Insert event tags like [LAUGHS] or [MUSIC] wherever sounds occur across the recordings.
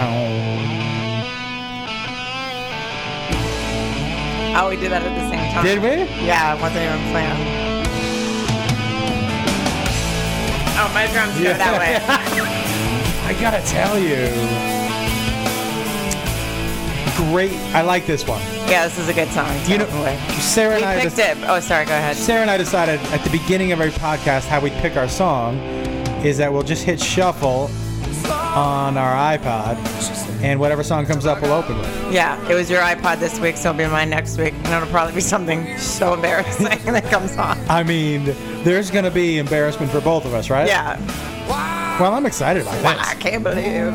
Um, how we did that at the same time. Did we? Yeah, it wasn't even planned. Oh, my drums go that way. I gotta tell you. Great. I like this one. [LAUGHS] Yeah, this is a good song. You know, definitely. Sarah we and I. picked it. Oh, sorry. Go ahead. Sarah and I decided at the beginning of every podcast how we pick our song is that we'll just hit shuffle on our iPod, and whatever song comes up, we'll open with. Yeah, it was your iPod this week, so it'll be mine next week, and it'll probably be something so embarrassing [LAUGHS] that comes on. I mean, there's gonna be embarrassment for both of us, right? Yeah, Well, I'm excited about Wow, this. I can't believe.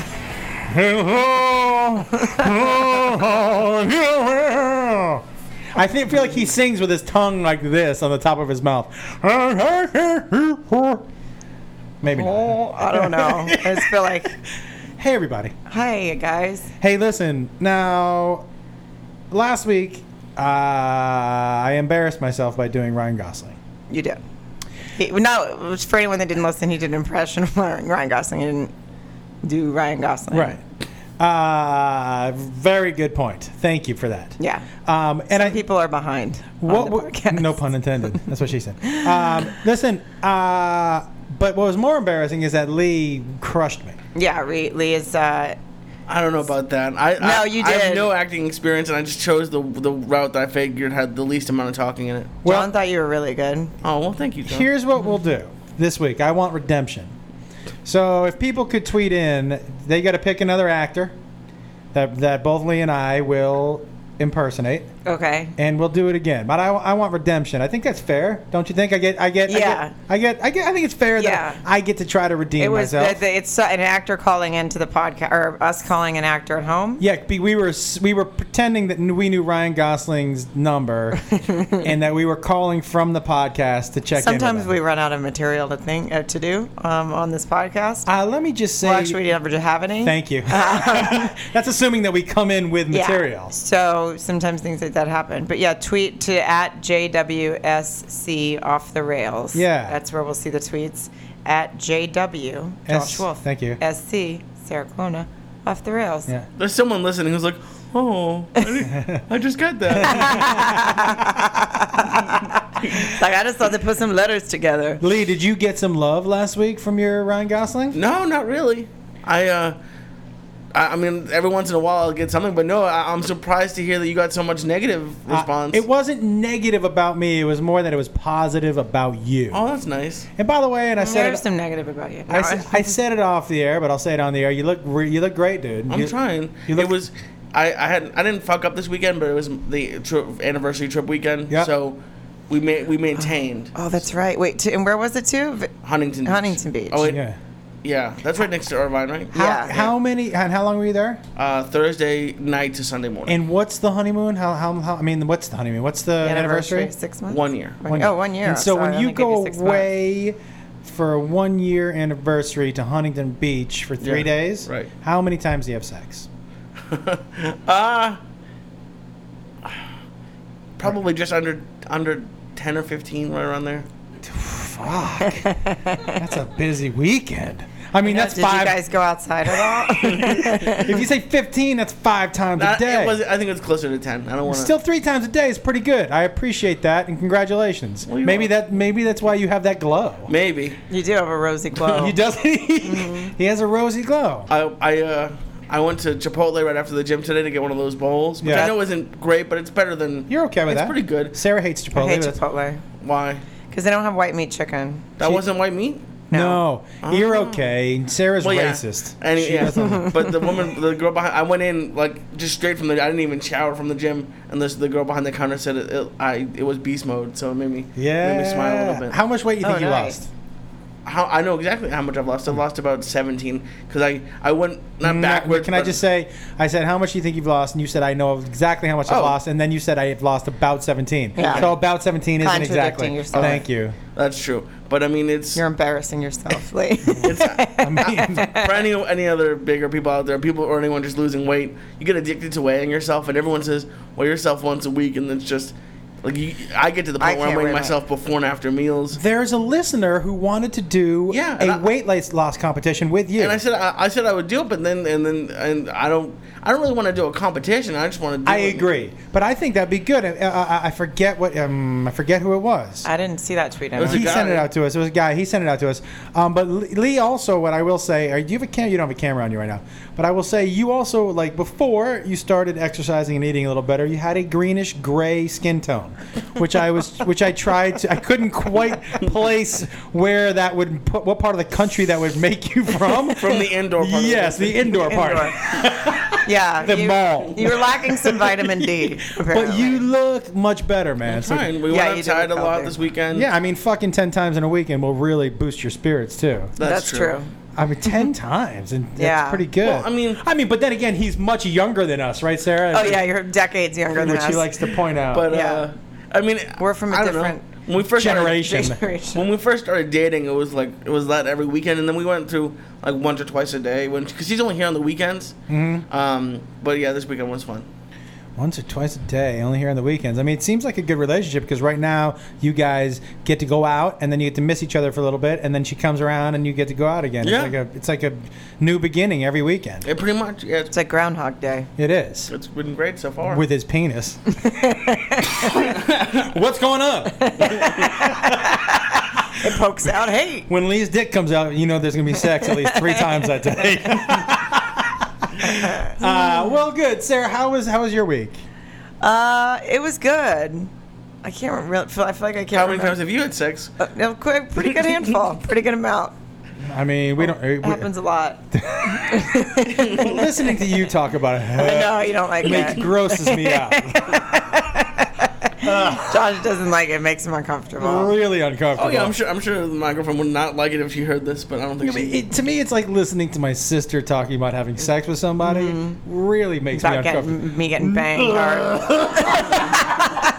Oh, I think, feel like he sings with his tongue like this on the top of his mouth. Maybe not. I don't know. [LAUGHS] I just feel like, Hey, everybody. hey guys, Hey, listen. Now, last week, uh, I embarrassed myself by doing Ryan Gosling. you did. He, no, it was for anyone that didn't listen, he did an impression of Ryan Gosling. He didn't do Ryan Gosling. Right. Uh, very good point. Thank you for that. Yeah. Um, and I, People are behind. on What the w- podcast. no pun intended. That's what she said. Um, listen, uh, but what was more embarrassing is that Lee crushed me. Yeah, Re- Lee is. Uh, I don't know about that. I no, I, you I did. have no acting experience, and I just chose the the route that I figured had the least amount of talking in it. Well- John thought you were really good. Oh well, thank you. John. Here's what we'll do this week. I want redemption. So if people could tweet in, they got to pick another actor that that both Lee and I will impersonate, Okay. and we'll do it again. But I, I want redemption. I think that's fair, don't you think? I get I get Yeah. I get I get I, get, I think it's fair Yeah. that I get to try to redeem It was myself. the, the, it's uh, an actor calling into the podcast, or us calling an actor at home. Yeah, be- we were s- we were pretending that we knew Ryan Gosling's [LAUGHS] number, and that we were calling from the podcast to check. Sometimes in with we him. run out of material to think uh, to do um, on this podcast. Uh, let me just say, well, actually, we never have any. thank you. [LAUGHS] That's assuming that we come in with Yeah. material. So sometimes things like that happen. But yeah, tweet to at JWSC off the rails. Yeah. That's where we'll see the tweets at JW S- Josh Wolf. thank you. SC Sarah Colonna off the rails. Yeah. There's someone listening who's like, oh, [LAUGHS] I, didn't- I just got that. Like I just thought they put some letters together. Lee, did you get some love last week from your Ryan Gosling? no, not really. I uh, I, I mean, every once in a while I'll get something, but no, I, I'm surprised to hear that you got so much negative Uh, response. it wasn't negative about me. It was more that it was positive about you. Oh, that's nice. And by the way, and I said There's it, some negative about you. I, s- I said it off the air, but I'll say it on the air. You look re- you look great, dude. I'm You- trying. you look- it was. I, I had I didn't fuck up this weekend, but it was the trip, anniversary trip weekend. Yeah. So we ma- we maintained Oh, that's right. Wait, to, and where was it too? Uh, V- Huntington. Beach. Huntington Beach. Oh wait, yeah. Yeah. that's right next to Irvine, right? How, Yeah. how many and how long were you there? Uh, Thursday night to Sunday morning. And what's the honeymoon? How, how, how I mean, what's the honeymoon? What's the anniversary? Six months. One year. [LAUGHS] One year. Oh, one year. And so Sorry, I when you only gave go six months. away for a one year anniversary to Huntington Beach for three Yeah, days, right. how many times do you have sex? Uh, probably just under under ten or fifteen, right around there. Fuck. [LAUGHS] that's a busy weekend. I mean, that's Did five. you guys go outside at all? [LAUGHS] if you say 15, that's five times I, a day. it was, I think it was closer to ten. I don't want to. Still three times a day is pretty good. I appreciate that and congratulations. you maybe are. that maybe that's why you have that glow. maybe. you do have a [LAUGHS] rosy glow. He does. Mm-hmm. he has a rosy glow. I I uh I went to Chipotle right after the gym today to get one of those bowls, which Yeah. I know isn't great, but it's better than You're okay with it's that? pretty good. Sarah hates Chipotle. I hate but that's- Chipotle Why? because they don't have white meat chicken. That She- wasn't white meat. No, No. Ah. you're okay. Sarah's Well, yeah. racist. And, She [LAUGHS] yeah. doesn't- but the woman, the girl behind, I went in like just straight from the. I didn't even shower from the gym, and this the girl behind the counter said it. it I it was beast mode, so it [LAUGHS] made me yeah. made me smile a little bit. How much weight you think Oh, you nice. lost? how I know exactly how much I've lost. I've lost about seventeen because I I went not No, backwards. Mm, Can I but- just say, I said, how much do you think you've lost? And you said, I know exactly how much I've Oh. lost. And then you said, I have lost about 17. Yeah. So about 17 isn't Contradicting exactly. yourself. Thank [LAUGHS] you. that's true? But I mean, it's You're embarrassing [LAUGHS] yourself, Lee. it's I mean, for any any other bigger people out there, people or anyone just losing weight, you get addicted to weighing yourself, and everyone says weigh yourself once a week, and it's just Like you, I get to the I point where I'm can't weighing weigh myself before and after meals. There's a listener who wanted to do Yeah, a and I- weight loss- loss competition with you. And I said I, I said I would do it, but then and then and I don't I don't really want to do a competition. I just want to. do I it. agree, but I think that'd be good. I, I, I forget what um, I forget who it was. I didn't see that tweet. I was don't- a he guy. sent it out to us. It was a guy. He sent it out to us. Um, but Lee Lee also, what I will say, are, do you have a camera? You don't have a camera on you right now. But I will say, you also like before you started exercising and eating a little better, you had a greenish gray skin tone, which I was, which I tried to, I couldn't quite place where that would put what part of the country that would make you from. [LAUGHS] From the indoor part of the Yes, the country. [LAUGHS] indoor part. Indoor. yeah. The you, mall. You were lacking some vitamin D. [LAUGHS] But apparently. you look much better, man. So- Fine. We Yeah, you went did outside a look lot healthy. this weekend. yeah, I mean, fucking ten times in a weekend will really boost your spirits too. That's, true. I mean, ten times, and that's Mm-hmm. Yeah. pretty good. Well, I mean- I mean, but then again, he's much younger than us, right, Sarah? Oh yeah, you're decades younger than which us. he [LAUGHS] likes to point out. But Yeah. uh, I mean, We're from a I don't know. different when we first started- generation. Generation. when we first started dating, it was like it was that every weekend, and then we went through like once or twice a day. When because she's only here on the weekends. Mm-hmm. Um, but yeah, this weekend was fun. once or twice a day, only here on the weekends. I mean, it seems like a good relationship because right now you guys get to go out, and then you get to miss each other for a little bit, and then she comes around, and you get to go out again. Yeah. It's like a it's like a new beginning every weekend. It pretty much yeah, It's it's, like Groundhog Day. It is it's been great so far. with his [LAUGHS] [LAUGHS] penis. What's going on? It pokes out. Hey, When Lee's dick comes out, you know there's gonna be sex at least three times that [LAUGHS] day. uh, well, good, Sarah. How was how was your week? uh, it was good. I can't really feel. I feel like I can't. how many remember. times have you had sex? Uh, no, quite- pretty good [LAUGHS] handful. Pretty good amount. I mean, we don't. We, It happens a [LAUGHS] lot. [LAUGHS] listening to you talk about I it [LAUGHS] know you don't like makes it. grosses me [LAUGHS] out. Josh doesn't like it. Makes him uncomfortable. really uncomfortable. Oh yeah, I'm sure I'm sure the microphone would not like it if she heard this, but I don't think I mean, she. it, to me, it's like listening to my sister talking about having sex with somebody. Mm-hmm. Really makes me About uncomfortable. getting me getting banged. Or,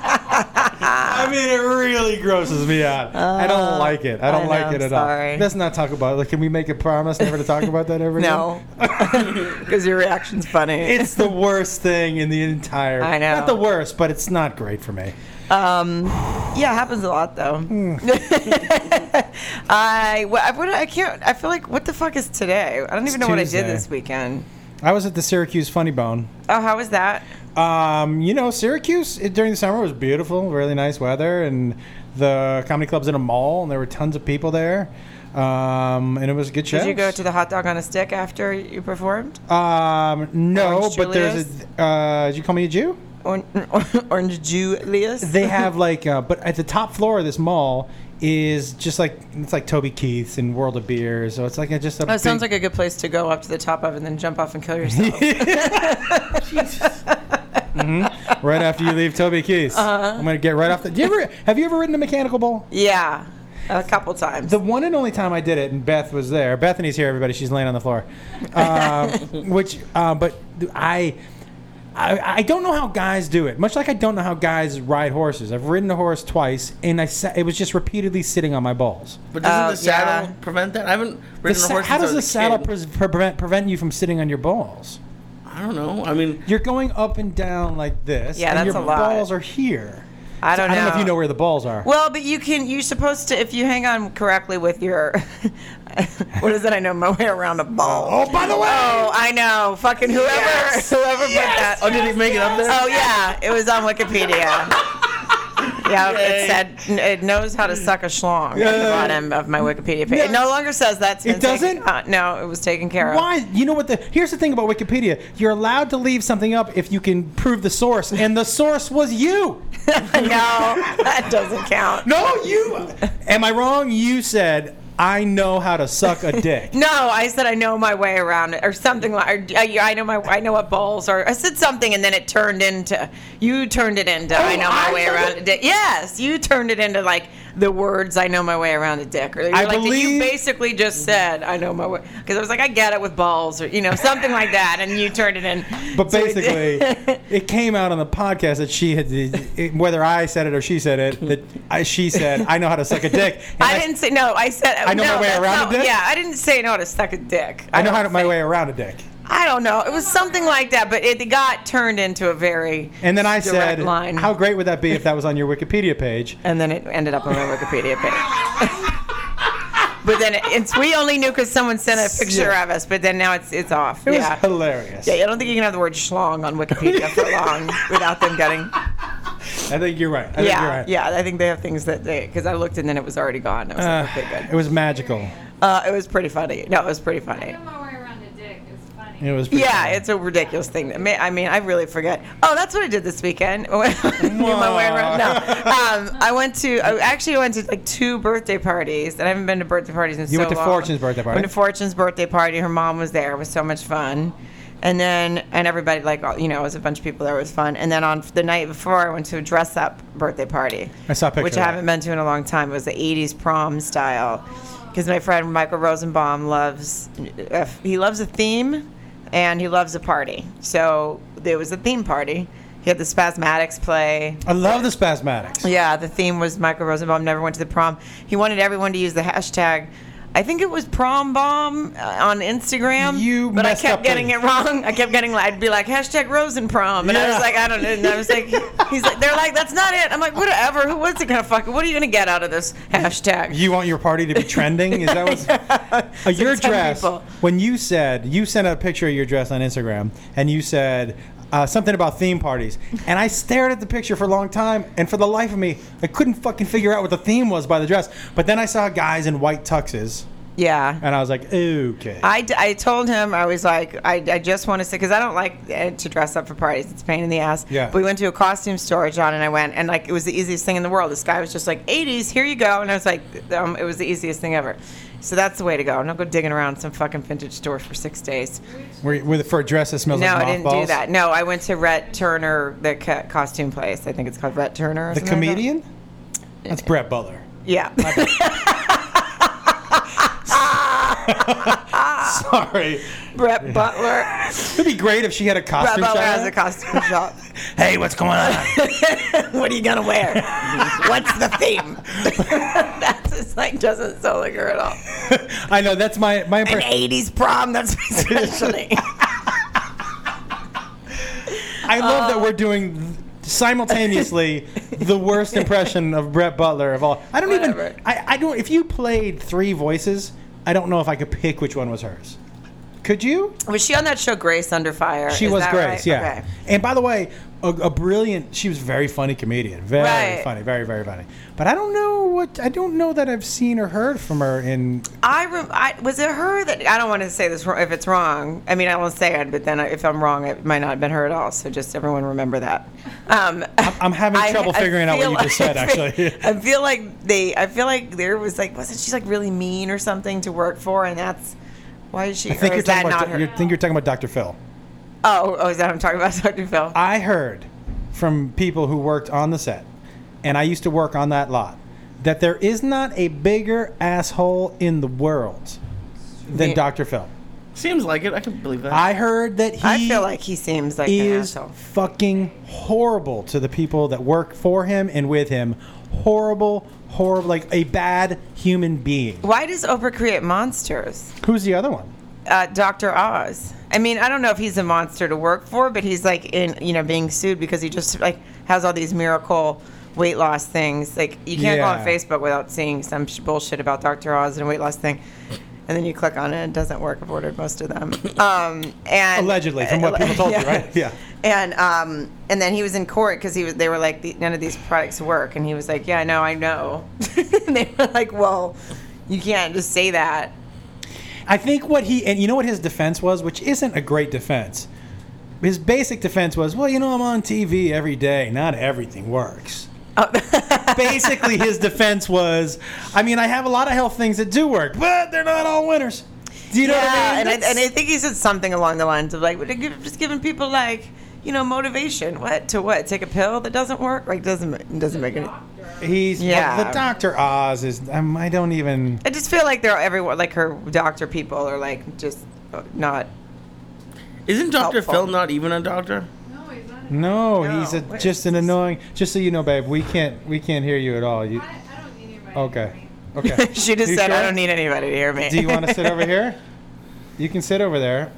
I mean, it really grosses me out. I don't like it. I don't Uh, I like know, it at sorry. all. Let's not talk about it. Like, can we make a promise never to talk about that ever? again? [LAUGHS] no, [LAUGHS] because your reaction's funny. It's the worst thing in the entire. I know. Not the worst, but it's not great for me. Um, yeah, it happens a lot though. Hmm. [LAUGHS] I, wha- I, what, I can't. I feel like what the fuck is today? I don't even know what I Tuesday. did this weekend. I was at the Syracuse Funny Bone. Oh, how was that? Um, you know, Syracuse it, during the summer was beautiful, really nice weather, and the comedy club's in a mall, and there were tons of people there. Um, and it was a good show. Did you go to the hot dog on a stick after you performed? Um, no, Orange but there's Julius? a. Uh, did you call me a Jew? Or, [LAUGHS] Orange Julius. [LAUGHS] They have like, uh, but at the top floor of this mall is just like it's like Toby Keith's and World of Beer, so it's like a, just a. that Oh, sounds big- like a good place to go up to the top of and then jump off and kill yourself. [LAUGHS] right after you leave Toby Keith's. Uh-huh. I'm gonna get right off the. Do you ever have you ever ridden a mechanical bull? yeah, a couple times. The one and only time I did it, and Beth was there. Bethany's here, everybody. She's laying on the floor. Um, [LAUGHS] which, uh, but I, I, I don't know how guys do it. Much like I don't know how guys ride horses. I've ridden a horse twice, and I sa- it was just repeatedly sitting on my balls. But doesn't Oh, the saddle yeah. prevent that? I haven't Uh, The ridden a sa- horse. how since does I the was a saddle kid. pres prevent prevent you from sitting on your balls? I don't know. I mean, You're going up and down like this. Yeah, and that's your a lot. balls are here. I don't I don't know if know. you know where the balls are. Well, but you can. You're supposed to if you hang on correctly with your. [LAUGHS] what is it? I know my way around a ball. Oh, by the way! Oh, I know. Fucking whoever, whoever put that. oh, did he make it up there? Oh yeah, it was on Wikipedia. [LAUGHS] Yeah, it said it knows how to suck a schlong at the Yeah. bottom of my Wikipedia page. It No. no longer says that. It doesn't? no, it was taken care of. Why? You know what? The here's the thing about Wikipedia. You're allowed to leave something up if you can prove the source, and the source was you. [LAUGHS] no, that doesn't count. No. No, you. Am I wrong? You said I know how to suck a [LAUGHS] dick. I said I know my way around it, or something like. Or, I, I know my, I know what balls are. I said something, and then it turned into you turned it into I know my Oh, I way said around it? a dick. Yes, you turned it into like the words I know my way around a dick, or you're I like you believe- basically just said I know my way because I was like I get it with balls, or you know something like that, and you turned it in. But So it- basically, it came out on the podcast that she had, it- whether I said it or she said it, that I, she said, "I know how to suck a [LAUGHS] dick." and [LAUGHS] I didn't say no. I said I know my no, way that's around a not- dick? Yeah, I didn't say no to suck a dick. I know how to don't my say- way around a dick. I don't know. It was something like that, but it got turned into a very And then I direct said, line. "How great would that be if that was on your Wikipedia page?" and then it ended up on my Wikipedia page. [LAUGHS] but then it- it's we only knew because someone sent a picture Yeah. of us. But then now it's it's off. It yeah. was hilarious. yeah, I don't think you can have the word schlong on Wikipedia for [LAUGHS] long without them getting. I think you're right. I think you're Yeah, right. yeah. I think they have things that they because I looked and then it was already gone. I was Uh, like, okay, it good. was magical. Uh, it was pretty funny. No, it was pretty funny. Come all the way around a dick is funny. It was. pretty Yeah, funny. it's a ridiculous thing. I mean, I mean, I really forget. Oh, that's what I did this weekend. [LAUGHS] Knew my way around. No, um, I went to. I actually went to like two birthday parties, and I haven't been to birthday parties in so You went to long. Fortune's birthday party? Went to Fortune's birthday party. Her mom was there. It was so much fun. And then, and everybody like all- you know, it was a bunch of people there. It was fun. And then on the night before, I went to a dress up birthday party. I saw a picture which of I that. haven't been to in a long time. It was the '80s prom style, because my friend Michael Rosenbaum loves uh, he loves a theme, and he loves a party. So there was a theme party. He had the Spasmatics play. I love the spasmatics. Yeah, the theme was Michael Rosenbaum never went to the prom. He wanted everyone to use the hashtag. I think it was prom bomb uh, on Instagram. You but I messed kept up getting the- it wrong. I kept getting like I'd be like hashtag Rosen prom, and I Yeah. was like I don't know. And I [LAUGHS] was like he's like they're like that's not it. I'm like whatever. Who what's it gonna fuck? What are you gonna get out of this hashtag? You want your party to [LAUGHS] be trending? Is that what's Uh, your Some dress? people. When you said you sent a picture of your dress on Instagram, and you said uh, something about theme parties, and I stared at the picture for a long time, and for the life of me, I couldn't fucking figure out what the theme was by the dress. But then I saw guys in white tuxes, yeah. and I was like, okay. I, d- I told him I was like I, I just want to say because I don't like uh, to dress up for parties. It's a pain in the ass. Yeah. But we went to a costume store, John and I went, and like it was the easiest thing in the world. This guy was just like '80s, here you go, and I was like, um, it was the easiest thing ever. So that's the way to go. Don't go digging around some fucking vintage store for six days. Were, were the, for a dress that smells no, like I didn't do mothballs? that. No, I went to Rhett Turner, the co- costume place. I think it's called Rhett Turner. or The something like that. comedian? That's Brett Butler. Yeah. [LAUGHS] Ah. [LAUGHS] Sorry. Brett Butler. It'd be great if she had a Brett costume Butler shot. has a costume [LAUGHS] shop. hey, what's going on? [LAUGHS] what are you gonna wear? What's the theme? [LAUGHS] that's just like doesn't sound like her at all. [LAUGHS] I know that's my my An impression. '80s prom. That's especially. I love that we're doing [LAUGHS] simultaneously the worst impression of Brett Butler of all. I don't Whatever. even. I, I don't. If you played three voices, I don't know if I could pick which one was hers. Could you? [LAUGHS] was she on that show Grace Under Fire? She Is was that Grace. right? Yeah. Okay. And by the way, a, a brilliant. She was a very funny comedian. Very Right. funny. Very very funny. But I don't know what. I don't know that I've seen or heard from her in. I, rem- I was it her that I don't want to say this wrong- if it's wrong. I mean, I won't say it, but then if I'm wrong, it might not have been her at all. So just everyone remember that. Um, I'm having trouble figuring out what feel you just like- said, actually. [LAUGHS] [LAUGHS] I feel like they. I feel like there was like wasn't she like really mean or something to work for, and that's why is she? I think or you're is that talking not about. her? You think you're talking about Dr. Phil. Oh, oh, is that what I'm talking about, [LAUGHS] Dr. Phil? I heard from people who worked on the set, and I used to work on that lot, that there is not a bigger asshole in the world than Yeah. Dr. Phil. Seems like it. I can believe that. I heard that he I feel like he seems like an is asshole. fucking horrible to the people that work for him and with him. Horrible, horrible, like a bad human being. Why does Oprah create monsters? Who's the other one? uh, Dr. Oz. I mean, I don't know if he's a monster to work for, but he's like in, you know, being sued because he just like has all these miracle weight loss things. Like you can't go on Yeah. Facebook without seeing some sh- bullshit about Dr. Oz and a weight loss thing. And then you click on it and it doesn't work. I've ordered most [LAUGHS] of them. Um, and Allegedly, from what people [LAUGHS] told you, right? Yeah. And um, and then he was in court because he was. They were like, "The- none of these products work, and he was like, yeah, no, I know. [LAUGHS] and they were like, well, you can't just say that. I think what he and you know what his defense was, which isn't a great defense. His basic defense was, "Well, you know, I'm on TV every day. Not everything works." Oh. [LAUGHS] Basically, his defense was, "I mean, I have a lot of health things that do work, but they're not all winners." Do you know what I mean? and I, That's- and I think he said something along the lines of like, "We're gi- just giving people like, you know, motivation. What to what? Take a pill that doesn't work? Like doesn't ma- doesn't make any. he's well, Yeah. the Doctor Oz is. Um, I don't even. I just feel like they're everyone like her doctor people are like just uh, not. Isn't Doctor Helpful. Phil not even a doctor? No, he's not. A, No, No, he's a, what just is an this? annoying. Just so you know, babe, we can't we can't hear you at all. You I, I don't need anybody. okay? to Okay. [LAUGHS] she just You said, sure? "I don't need anybody to hear me." Do you want to sit over here? You can sit over there.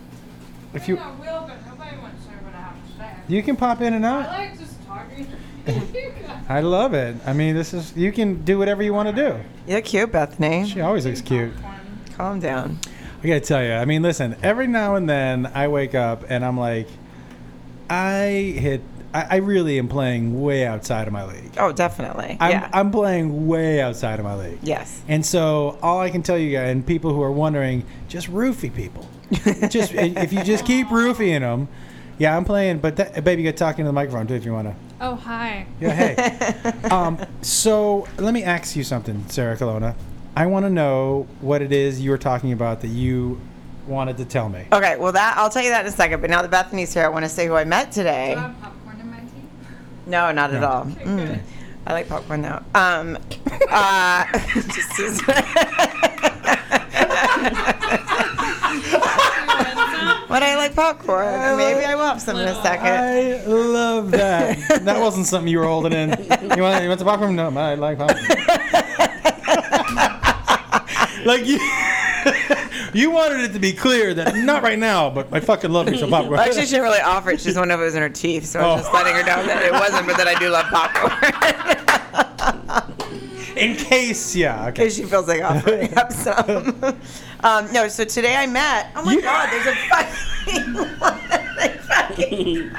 if you I will, but nobody wants to hear what I have to say. you can pop in and I out. like just talking [LAUGHS] to you guys. I love it. I mean, this is you can do whatever you want to do. [LAUGHS] You're cute, Bethany. She always looks cute. Calm down. I gotta tell you, I mean, listen, every now and then I wake up and I'm like, I hit, I, I really am playing way outside of my league. Oh, definitely. I'm, yeah. I'm playing way outside of my league. yes. And so all I can tell you guys, and people who are wondering, just roofie people. just if you just keep roofieing them. Yeah, I'm playing, but that, baby, you're talking to the microphone too if you wanna. Oh, hi. Yeah, hey. um, so let me ask you something, Sarah Colonna. I want to know what it is you were talking about that you wanted to tell me. [LAUGHS] Okay, well that I'll tell you that in a second. But now that Bethany's here, I want to say who I met today. Do I have popcorn in my [LAUGHS] teeth? No, not at No. all. Mm. I like popcorn though. Um, [LAUGHS] uh, [LAUGHS] just as- but I like popcorn. Maybe I will have some in a second. I love [LAUGHS] that. that wasn't something you were holding in. You want, you want the popcorn? No, I like [LAUGHS] popcorn. like you, [LAUGHS] you wanted it to be clear that not right now, but I fucking love you some popcorn. I actually shouldn't really offer it. She's one of it was in her teeth, so I was Oh. just letting her know that it wasn't, but that I do love popcorn. [LAUGHS] in case, yeah. Okay. Because she feels like [LAUGHS] offering up some. [LAUGHS] um, no, so today I met. Oh my You- God, there's a fucking. [LAUGHS] a fucking-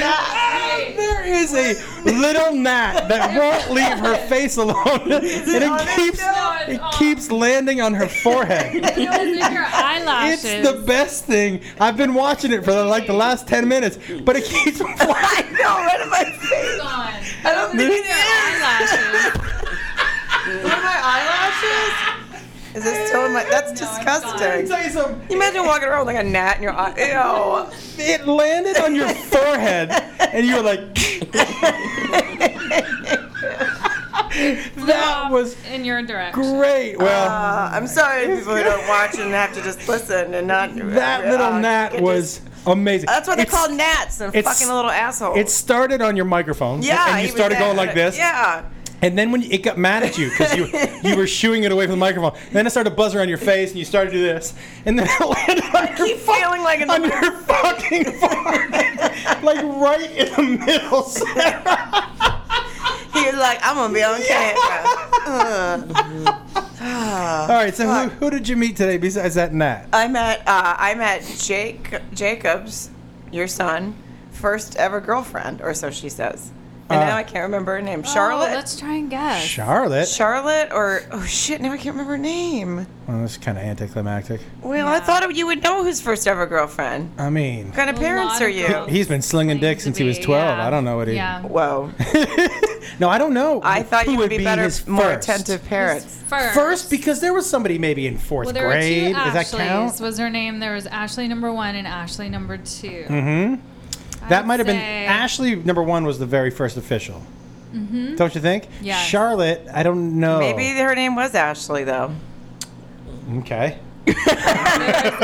There is a little gnat that won't leave her face alone, and on it it keeps still? it keeps landing on her [LAUGHS] forehead. It was in your eyelashes. [LAUGHS] It's the best thing. I've been watching it for like the last ten minutes, but it keeps [LAUGHS] flying. I know, right in my face. Gone. I don't think it Your is. eyelashes. What are my eyelashes? Is it still in my? That's No, Let it's me disgusting. tell you something. You imagine walking around with like a gnat in your eye. [LAUGHS] Ew. It landed on your forehead, and you were [LAUGHS] like, "That was in your direction. great." Well. Uh, I'm sorry to people who don't watch and have to just listen and not. that little uh, gnat get to- was amazing. That's what they It's- call gnats. They're it's- fucking little assholes. It started on your microphone, yeah. and he you was started there. going like this, Yeah. and then when you, it got mad at you because you you [LAUGHS] were shooing it away from the microphone, then it started buzzing on your face, and you started to do this, and then it [LAUGHS] landed on your, Keep feeling like an on your [LAUGHS] fucking forehead, like right in the middle. Sarah. He was like, I'm gonna be on camera. Ugh. All right, so who, who did you meet today besides that gnat? I met uh, I met Jake Jacobs, your son, first ever girlfriend, or so she says. And Uh. now I can't remember her name. Oh, Charlotte. let's try and guess. Charlotte. Charlotte or oh shit, now I can't remember her name. well, that's kind of anticlimactic. Well, I thought you would know who's first ever girlfriend. What I mean, kind of A parents lot are of you? girls. he's been slinging dick To since he be, was 12. yeah. I don't know what he. Yeah. Whoa. [LAUGHS] no, I don't know. I thought who you would be better his more first. attentive parents. First. First, because there was somebody maybe in fourth Well, there were grade. two Does that count? Ashleys. Was her name? There was Ashley number one and Ashley number 2 hmm That I'd might have been say- Ashley. Number one was the very first official. Mm-hmm. Don't you think? Yes. Charlotte, I don't know. Maybe her name was Ashley though. Okay. There was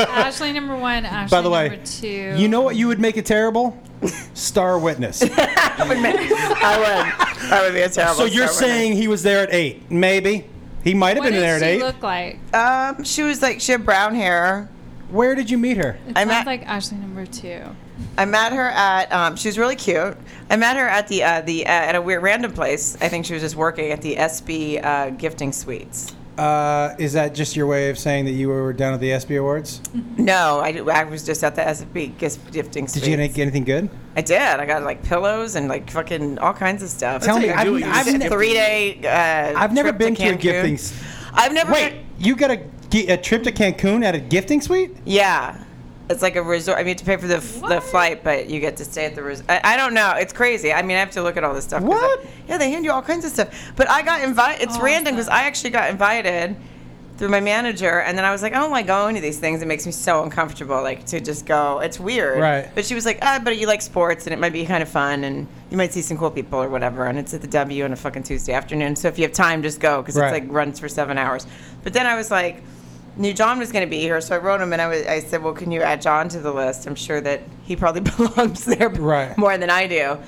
Ashley number one. Ashley By the way, number two. you know what you would make it terrible? Star [LAUGHS] witness. [LAUGHS] I would. That would be a terrible. so you're star winner. saying he was there at eight? Maybe. He might have what been there did at she eight. look like? Um, she was like she had brown hair. Where did you meet her? It I'm sounds at- like Ashley number two. I met her at. Um, she was really cute. I met her at the uh, the uh, at a weird random place. I think she was just working at the SB uh, gifting suites. Uh, is that just your way of saying that you were down at the ESPY Awards? No, I, I was just at the SB gif- gifting Did suites. you get anything good? I did. I got like pillows and like fucking all kinds of stuff. Tell how me, you I've, do it. You I've just ne- get Three day. Uh, I've never trip been to a Cancun. gifting. s- I've never. Wait, you got a, gi- a trip to Cancun at a gifting suite? Yeah. It's like a resort. I mean, you have to pay for the, f- the What? flight, but you get to stay at the resort. I, I don't know. It's crazy. I mean, I have to look at all this stuff. 'cause I- What? Oh, yeah, they hand you all kinds of stuff. But I got invited. It's Awesome. random because I actually got invited through my manager, and then I was like, "Oh I don't like going to these things. It makes me so uncomfortable, like to just go. It's weird. Right. But she was like, ah, but you like sports, and it might be kind of fun, and you might see some cool people or whatever. And it's at the W on a fucking Tuesday afternoon, so if you have time, just go because Right. it's like runs for seven hours. But then I was like knew John was going to be here, so I wrote him and I, was, I said, "Well, can you add John to the list? I'm sure that he probably [LAUGHS] belongs there [LAUGHS] Right. more than I do."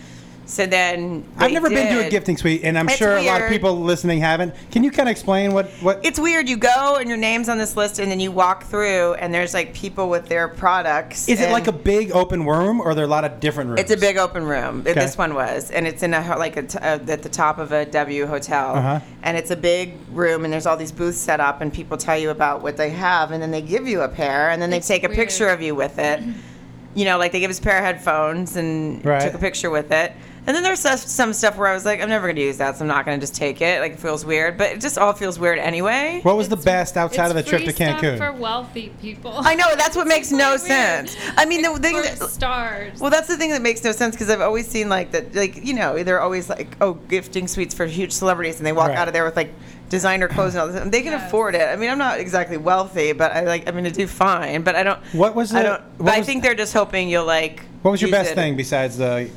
So then I've they never been to a did- gifting suite, and I'm It's sure a lot of weird. people listening haven't. Can you kind of explain what what? It's weird. You go and your name's on this list, and then you walk through, and there's like people with their products. Is it and- like a big open room, or are there a lot of different rooms? um, It's a big open room. that Okay. This one was, and it's in a ho- like a t- uh, at the top of a W hotel, Uh-huh. and it's a big room, and there's all these booths set up, and people tell you about what they have, and then they give you a pair, and then they It's take a weird. picture of you with [LAUGHS] it. You know, like they give us a pair of headphones and Right. took a picture with it. And then there's some- some stuff where I was like, I'm never going to use that, so I'm not going to just take it. Like, it feels weird, but it just all feels weird anyway. What was the It's- best outside of the it's trip to free stuff Cancun? for wealthy people. I know, that's what makes no It's weird. sense. I mean, the thing For that. stars. Well, that's the thing that makes no sense because I've always seen like that, like you know, they're always like, oh, gifting suites for huge celebrities, and they walk Right. out of there with like designer clothes and all this. And they can Yes. afford it. I mean, I'm not exactly wealthy, but I like, I'm gonna do fine. But I don't. What was I the- don't. what but I was- think they're just hoping you'll like. what was your use best it. thing besides the?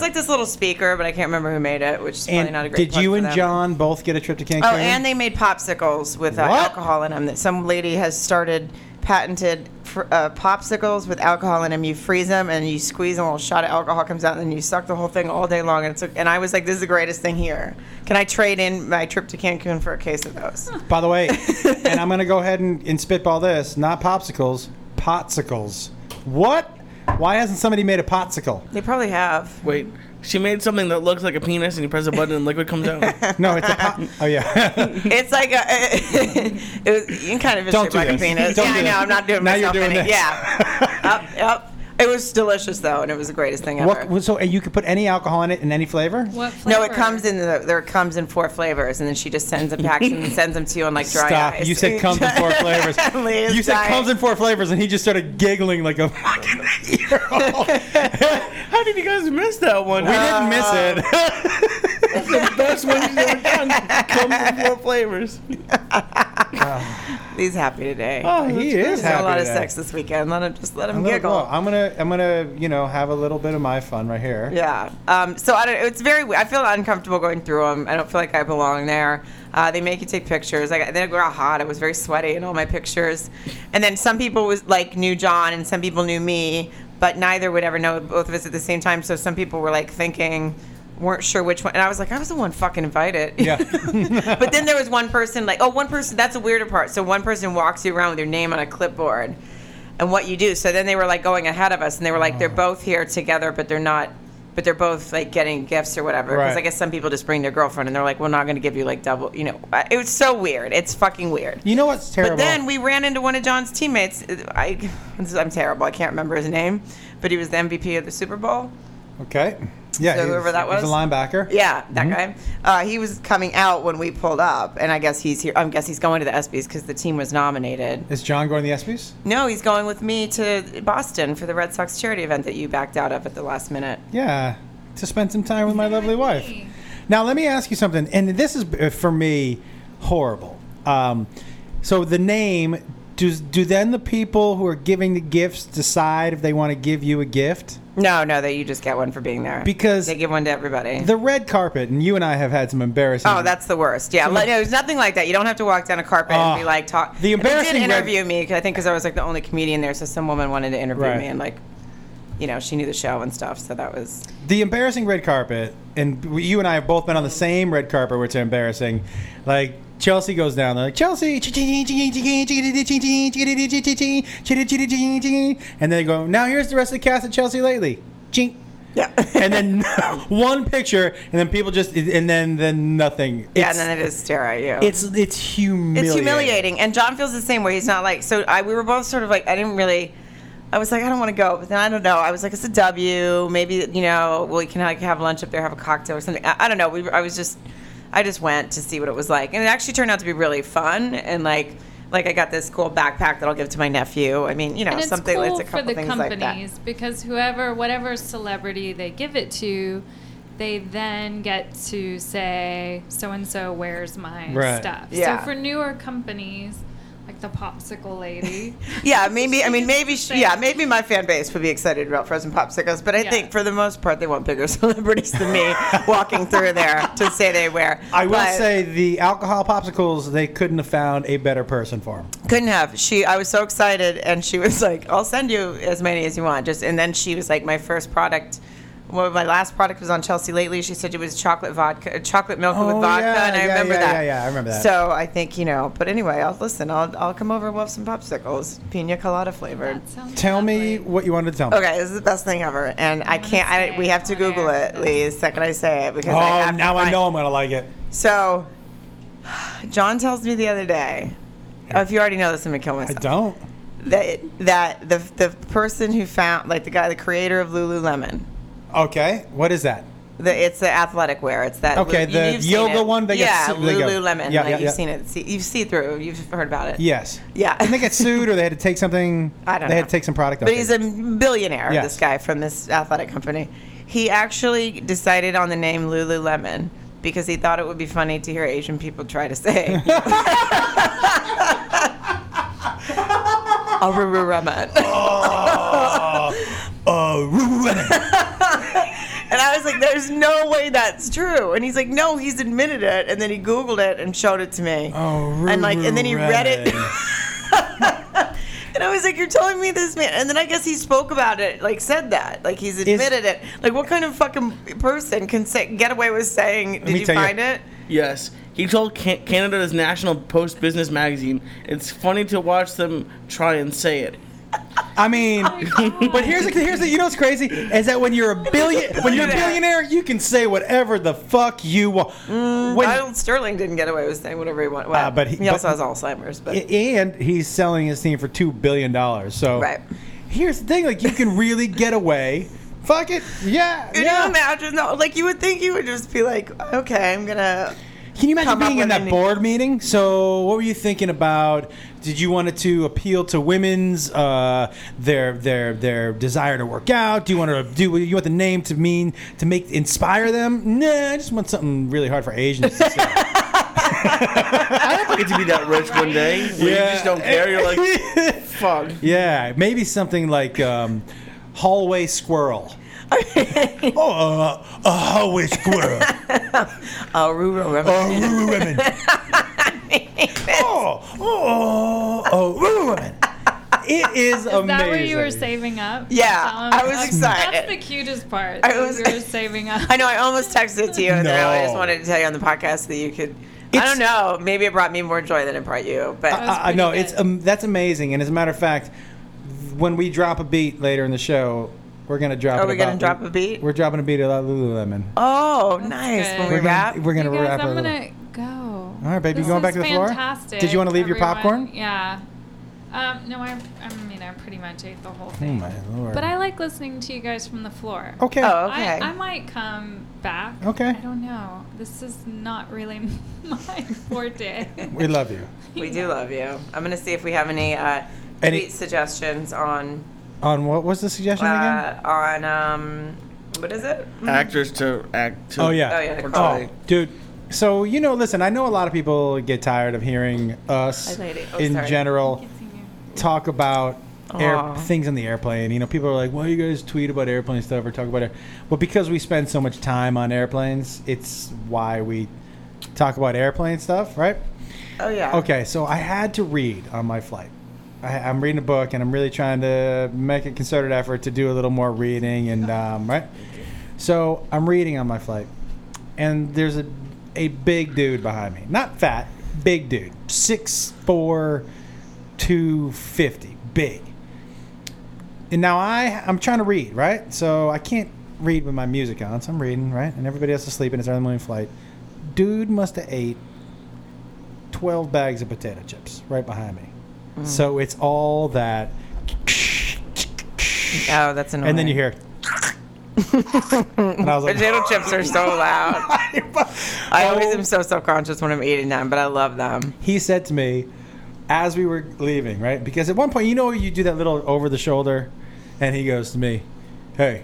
trip? like this little speaker, but I can't remember who made it, which is probably And not a great. did plug you for and them. John both get a trip to Cancun? Oh, and they made popsicles with uh, What? alcohol in them. That some lady has started patented fr- uh, popsicles with alcohol in them. You freeze them and you squeeze, and a little shot of alcohol comes out, and then you suck the whole thing all day long. And, it's, and I was like, "This is the greatest thing here. Can I trade in my trip to Cancun for a case of those?" By the way, and I'm gonna go ahead and, and spitball this: not popsicles, potsicles. What? Why hasn't somebody made a potsicle? they probably have. Wait, she made something that looks like a penis, and you press a button and liquid comes [LAUGHS] out. No, it's a pot. [LAUGHS] oh yeah. It's like a, [LAUGHS] it was, you can kind of Don't visualize do my this. penis. Don't yeah, do I know. this. I'm not doing Now you're myself doing any. this. Yeah. up, up. It was delicious though, and it was the greatest thing ever. what, so and you could put any alcohol in it in any flavor. what flavor? No, it comes in the, there. It comes in four flavors, and then she just sends them packs and sends them to you on like dry Stop! ice. You said comes in [LAUGHS] four flavors. Leah's you said dying. comes in four flavors, and he just started giggling like a [LAUGHS] fucking year old. [LAUGHS] How did you guys miss that one? Uh, we didn't Uh, miss [LAUGHS] it. the best one she's ever [LAUGHS] done. Comes in four flavors. He's happy today. Oh, he is He's had happy. a lot of today. sex this weekend. Let him just let him I'm gonna, giggle. go. I'm gonna, I'm gonna, you know, have a little bit of my fun right here. Yeah. Um, so I don't. It's very. I feel uncomfortable going through them. I don't feel like I belong there. Uh, they make you take pictures. Like they were hot. I was very sweaty in all my pictures, and then some people was like knew John and some people knew me, but neither would ever know both of us at the same time. So some people were like thinking, weren't sure which one. And I was like, I was the one fucking invited. [LAUGHS] Yeah. but then there was one person like, oh, one person. That's a weirder part. So one person walks you around with your name on a clipboard. And what you do. So then they were like going ahead of us, and they were like, Oh. they're both here together, but they're not, but they're both like getting gifts or whatever. Because Right. I guess some people just bring their girlfriend, and they're like, we're not going to give you like double, you know. I- It was so weird. It's fucking weird. You know what's terrible? But then we ran into one of John's teammates. I, this is- I'm terrible. I can't remember his name, but he was the MVP of the Super Bowl. okay. Yeah. So he's- whoever that He's a was? linebacker. Yeah, that Mm-hmm. guy. Uh, he was coming out when we pulled up, and I guess he's here. I guess he's going to the ESPYS because the team was nominated. Is John going to the ESPYS? No, he's going with me to Boston for the Red Sox charity event that you backed out of at the last minute. Yeah, to spend some time with my lovely with wife. me. Now, let me ask you something, and this is uh, for me horrible. Um, so the name do do then the people who are giving the gifts decide if they want to give you a gift? No, no, that you just get one for being there Because- they give one to everybody. The red carpet, and you and I have had some embarrassing. Oh, that's the worst. Yeah, like, no, there's nothing like that. You don't have to walk down a carpet and Ah, be like talk. the And they embarrassing did red- interview me 'cause I think because I was like the only comedian there, so some woman wanted to interview Right. me and like, you know, she knew the show and stuff, so that was. the embarrassing red carpet, and you and I have both been on the same red carpet, which is embarrassing. Like Chelsea goes down there, like Chelsea, and they go, now here's the rest of the cast at Chelsea lately, Chink. [LAUGHS] Yeah. and then one picture, and then people just, and then then nothing. yeah, It's- and then they just stare at you. it's it's humiliating. It's humiliating, and John feels the same way. He's not like so. I we were both sort of like I didn't really. I was like I don't want to go, but then I don't know. I was like it's a W. Maybe you know we can like have lunch up there, have a cocktail or something. I, I don't know. We were- I was just I just went to see what it was like, and it actually turned out to be really fun and like. Like I got this cool backpack that I'll give to my nephew. I mean, you know, and it's something. cool it's a couple for the things like companies that. because whoever, whatever celebrity they give it to, they then get to say, so and so wears my Right. stuff. Yeah. So for newer companies, like the [LAUGHS] popsicle lady, Yeah, maybe. I mean, She's maybe. just sh- Yeah, saying. maybe my fan base would be excited about frozen popsicles, but I Yeah. think for the most part, they want bigger [LAUGHS] celebrities [LAUGHS] than me walking through there to say they wear. I will But- say the alcohol popsicles, they couldn't have found a better person for them. Couldn't have. She. I was so excited, and she was like, "I'll send you as many as you want." Just and then she was like, "My first product well, my last product was on Chelsea lately. She said it was chocolate vodka, chocolate milk with Oh, vodka, yeah, and I yeah, remember yeah, that. yeah, yeah, I remember that. So I think you know. But anyway, I'll listen. I'll I'll come over and we'll have some popsicles, pina colada flavored. That sounds Tell me lovely. what you wanted to tell me. Okay, this is the best thing ever, and I gonna can't. say I, we have to on air Google it, that- Lee. The second I say it, because I Oh, have to now I find- know I'm gonna like it. So, John tells me the other day. Oh, if you already know this, I'm gonna kill I myself. don't. That that the the person who found like the guy, the creator of Lululemon. Okay, what is that? The, it's the athletic wear. It's that Okay, Lu- the you've seen yoga it. one that gets- yeah, they go- Lululemon. Yeah, yeah, like you've yeah. seen it. See, you've see through. You've heard about it. Yes. Yeah. Didn't they get sued or they had to take something? [LAUGHS] I don't They know. had to take some product. But off he's it. a billionaire. Yes. This guy from this athletic company. He actually decided on the name Lululemon because he thought it would be funny to hear Asian people try to [LAUGHS] say. Lululemon. [LAUGHS] Oh, And I was like, there's no way that's true. And he's like, no, he's admitted it. And then he Googled it and showed it to me. oh, [LAUGHS] and like, and then he read it. Ruben. And I was like, "You're telling me this man?" And then I guess he spoke about it, like said that, like he's admitted it. Like, what kind of fucking person can say get away with saying? Did me you tell you. find it? Yes. He told Can- Canada's National Post Business Magazine, it's funny to watch them try and say it. I mean, Oh, [LAUGHS] but here's the, here's the, you know what's crazy is that when you're a billion when you're a billionaire you can say whatever the fuck you want. Mm. When- Donald Sterling didn't get away with saying whatever he wanted. Well, Uh, but but he- he, but- also has Alzheimer's. But and he's selling his team for two billion dollars. So Right. here's the thing: like you can really get away. Fuck it, yeah, can you yeah. imagine though? Like, you would think you would just be like, "Okay, [LAUGHS] I'm gonna." Can you imagine come up being in with that any- board meeting? So, what were you thinking about? Did you want it to appeal to women's uh, their their their desire to work out? Do you want to do you want the name to mean to make inspire them? Nah, I just want something really hard for Asians. [LAUGHS] to say. I get to be that rich one day. Where You just don't care. [LAUGHS] You're like, fuck. yeah, maybe something like um, hallway [LAUGHS] squirrel. oh, uh, a hallway squirrel. Oh, Ruru, remember? Oh, woo woo [LAUGHS] women. oh, oh, oh, woo woo women. It is, [LAUGHS] Is amazing. that where you were saving up? Yeah, Tell 'em. I was That's excited. the cutest part. I that was- you were saving up. [LAUGHS] I know. I almost texted it to you, and then I No. just wanted to tell you on the podcast that you could. I It's- Uh, don't know. Maybe it brought me more joy than it brought you, but. That was I, I know pretty it's good. um, that's amazing. And as a matter of fact, when we drop a beat later in the show, we're gonna drop. Are it we gonna about- drop a beat? We're dropping a beat about Lululemon. Oh, nice. good. When we We're wrap. gonna, we're gonna You guys, wrap. I'm our little- gonna go. All right, baby, This you going back is to the floor? fantastic, Did you wanna leave your everyone. popcorn? Yeah. Um, no, I, I mean, I pretty much ate the whole Oh thing. my lord. But I like listening to you guys from the floor. Okay. Oh, okay. I, I might come back. Okay. I don't know. This is not really [LAUGHS] my [LAUGHS] forte. We love you. We do love you. I'm gonna see if we have any uh, Any- tweet suggestions on On what was the suggestion again? uh, on um, what is it? Actors to act to. Oh yeah. Oh yeah, the Oh. call. Oh, dude. So you know, listen. I know a lot of people get tired of hearing us Hi, lady. Oh, in sorry. general talk about air, Aw. things on the airplane. You know, people are like, "Why you guys tweet about airplane stuff or talk about it?" Well, because we spend so much time on airplanes, it's why we talk about airplane stuff, right? Oh yeah. Okay, so I had to read on my flight. I, I'm reading a book, and I'm really trying to make a concerted effort to do a little more reading, and um, right. So I'm reading on my flight, and there's a a big dude behind me. Not fat, big dude, six four, two fifty, big. And now I I'm trying to read, right? So I can't read with my music on, so I'm reading, right? And everybody else is sleeping. It's early morning flight. Dude must have ate twelve bags of potato chips right behind me. Mm. So it's all that, Oh, that's annoying. and then you [LAUGHS] hear. and I was like, [LAUGHS] potato chips are so loud. I always am so self conscious when I'm eating them, but I love them. he said to me as we were leaving, right? Because at one point, you know, you do that little over the shoulder, and he goes to me, Hey,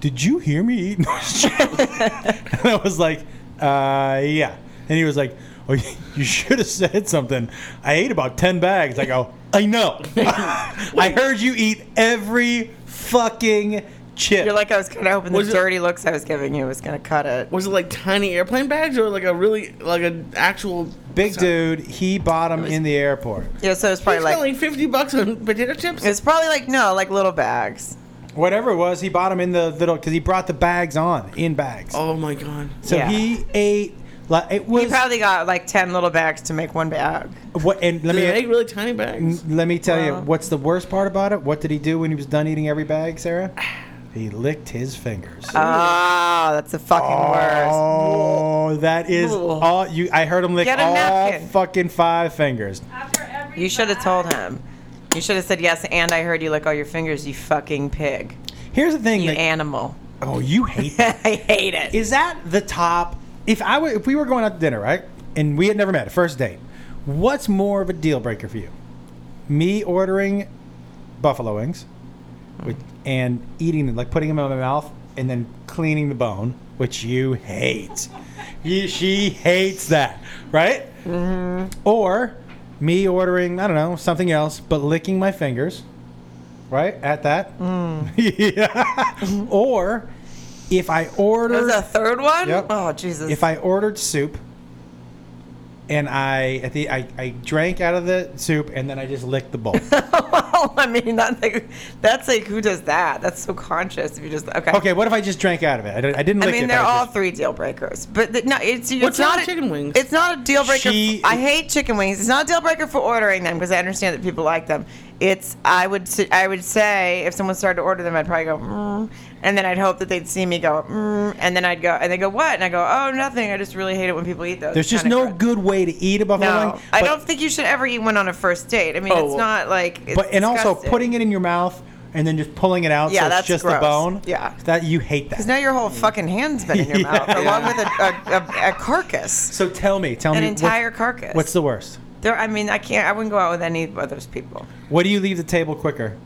did you hear me eating those chips? [LAUGHS] and I was like, uh, Yeah. And he was like, Oh, you should have said something. I ate about 10 bags. I go, I know. [LAUGHS] I heard you eat every fucking chip. You're like I was kind of hoping the Was it- dirty looks I was giving you was gonna cut it. Was it like tiny airplane bags or like a really like an actual Big size? dude, he bought them in the airport. Yeah, so it's He probably spent like, like fifty bucks on potato chips. it's probably like no, like little bags. Whatever it was, he bought them in the little because he brought the bags on in bags. Oh my god. so Yeah. he ate. Like, it was He probably got like 10 little bags to make one bag. what, and let Do me they make really tiny bags? Let me tell you, Wow. what's the worst part about it? What did he do when he was done eating every bag, [SIGHS] Sarah? He licked his fingers. Oh, that's the fucking worst. Oh, that is Ugh. all you. I heard him lick Get a all napkin. fucking five fingers. After every You should have told him. You should have said yes, and I heard you lick all your fingers, you fucking pig. Here's the thing. You that- animal. [LAUGHS] oh, you hate that. I hate it. Is that the top? If I were, if we were going out to dinner, right, and we had never met, first date, what's more of a deal breaker for you? Me ordering buffalo wings, which, and eating them, like putting them in my mouth, and then cleaning the bone, which you hate. You, she hates that, right? Or me ordering, I don't know, something else, but licking my fingers, right? At that. [LAUGHS] yeah. Or if I order There's a third one? Yep. Oh, Jesus. if I ordered soup and I at the I, I drank out of the soup and then I just licked the [LAUGHS] bowl. well, I mean, that's like, that's like, who does that? That's so conscious if you just, okay. okay, what if I just drank out of it? I, di- I didn't I lick mean, it. they're I all just- three deal breakers, but the, no, it's it's What's wrong not with a- chicken wings? It's not a deal breaker. She- I hate chicken wings. It's not a deal breaker for ordering them because I understand that people like them. It's I would s- I would say if someone started to order them, I'd probably go, mm, and then I'd hope that they'd see me go, mm, and then I'd go, and they go what? And I go, oh, nothing. I just really hate it when people eat those. There's just Kinda no gross. good way to eat a buffalo No, wing. I but- don't think you should ever eat one on a first date. I mean, Oh, it's well. not like. It's but and also disgusting. putting it in your mouth and then just pulling it out Yeah, so it's that's just the gross. bone. Yeah. That you hate that. Because now your whole fucking hand's been in [LAUGHS] your Yeah. mouth, along Yeah. with a, a, a, a carcass, so tell me, tell an me entire what's, carcass. what's the worst? There, I mean, I can't. I wouldn't go out with any of those people. What do you leave the table quicker?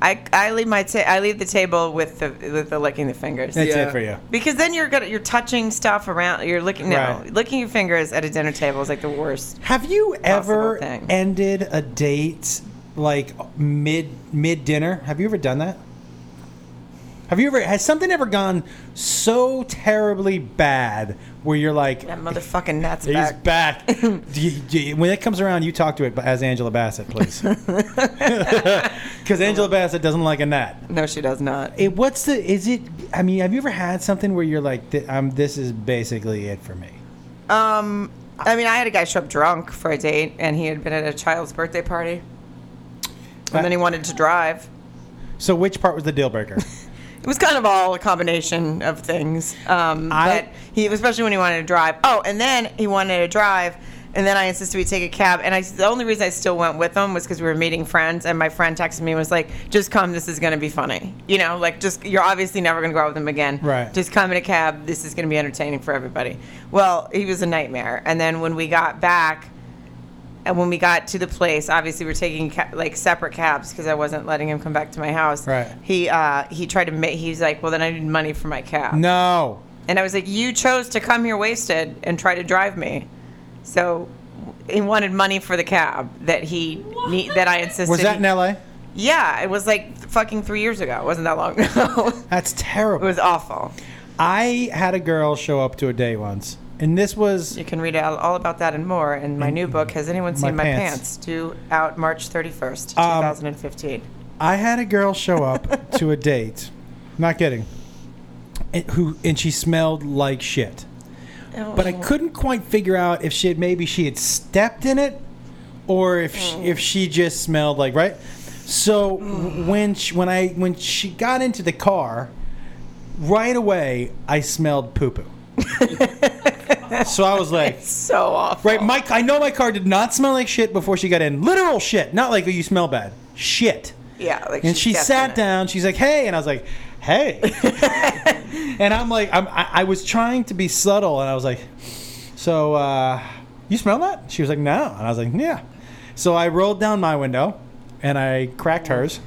I, I leave my ta- I leave the table with the with the licking the fingers. That's Yeah. it for you. Because then you're gonna, you're touching stuff around. You're licking no Right. licking your fingers at a dinner table is like the worst. Have you ever thing. ended a date like mid mid dinner? Have you ever done that? Have you ever has something ever gone so terribly bad where you're like That motherfucking nuts he's back. back? Do you- do you- when it comes around, you talk to it but as Angela Bassett, please, because Angela Bassett doesn't like a gnat. No, she does not. It, what's the? Is it? I mean, have you ever had something where you're like, "Th- um, this is basically it for me? Um, I mean, I had a guy show up drunk for a date, and he had been at a child's birthday party, and then he wanted to drive. Uh, So which part was the deal breaker? It was kind of all a combination of things. Um, I- but he, especially when he wanted to drive. Oh, and then he wanted to drive, and then I insisted we take a cab. And I, the only reason I still went with him was because we were meeting friends, and my friend texted me and was like, "Just come. This is gonna be funny. You know, like just you're obviously never gonna go out with him again. Right. Just come in a cab. This is gonna be entertaining for everybody." Well, he was a nightmare. And then when we got back. And when we got to the place, obviously we're taking ca- like separate cabs because I wasn't letting him come back to my house. Right. He uh, he tried to make. He's like, well, then I need money for my cab. no. And I was like, you chose to come here wasted and try to drive me, so he wanted money for the cab that he ne- that I insisted. Was that he- in L.A.? Yeah, it was like fucking three years ago. It wasn't that long [LAUGHS] ago. That's it terrible. was awful. I had a girl show up to a date once, and this was You can read all, all about that and more in my new book. Has anyone seen My my, Pants. pants? Due out March thirty first, two Um, thousand and fifteen. I had a girl show up [LAUGHS] to a date. Not kidding. And who and she smelled like shit. But Oh. I couldn't quite figure out if she had maybe she had stepped in it or if she, Mm. if she just smelled like right. So Mm. w- when she, when I when she got into the car, right away I smelled poo [LAUGHS] poo. so I was like, so awful. Right, my I know my car did not smell like shit before she got in. Literal shit, not like you smell bad. Shit. Yeah, like And she she's sat definite. down. She's like, "Hey," and I was like, [LAUGHS] "Hey," and I'm like, I'm, I, I was trying to be subtle, and I was like, "So, uh, you smell that?" She was like, "No," and I was like, "Yeah." So I rolled down my window, and I cracked hers.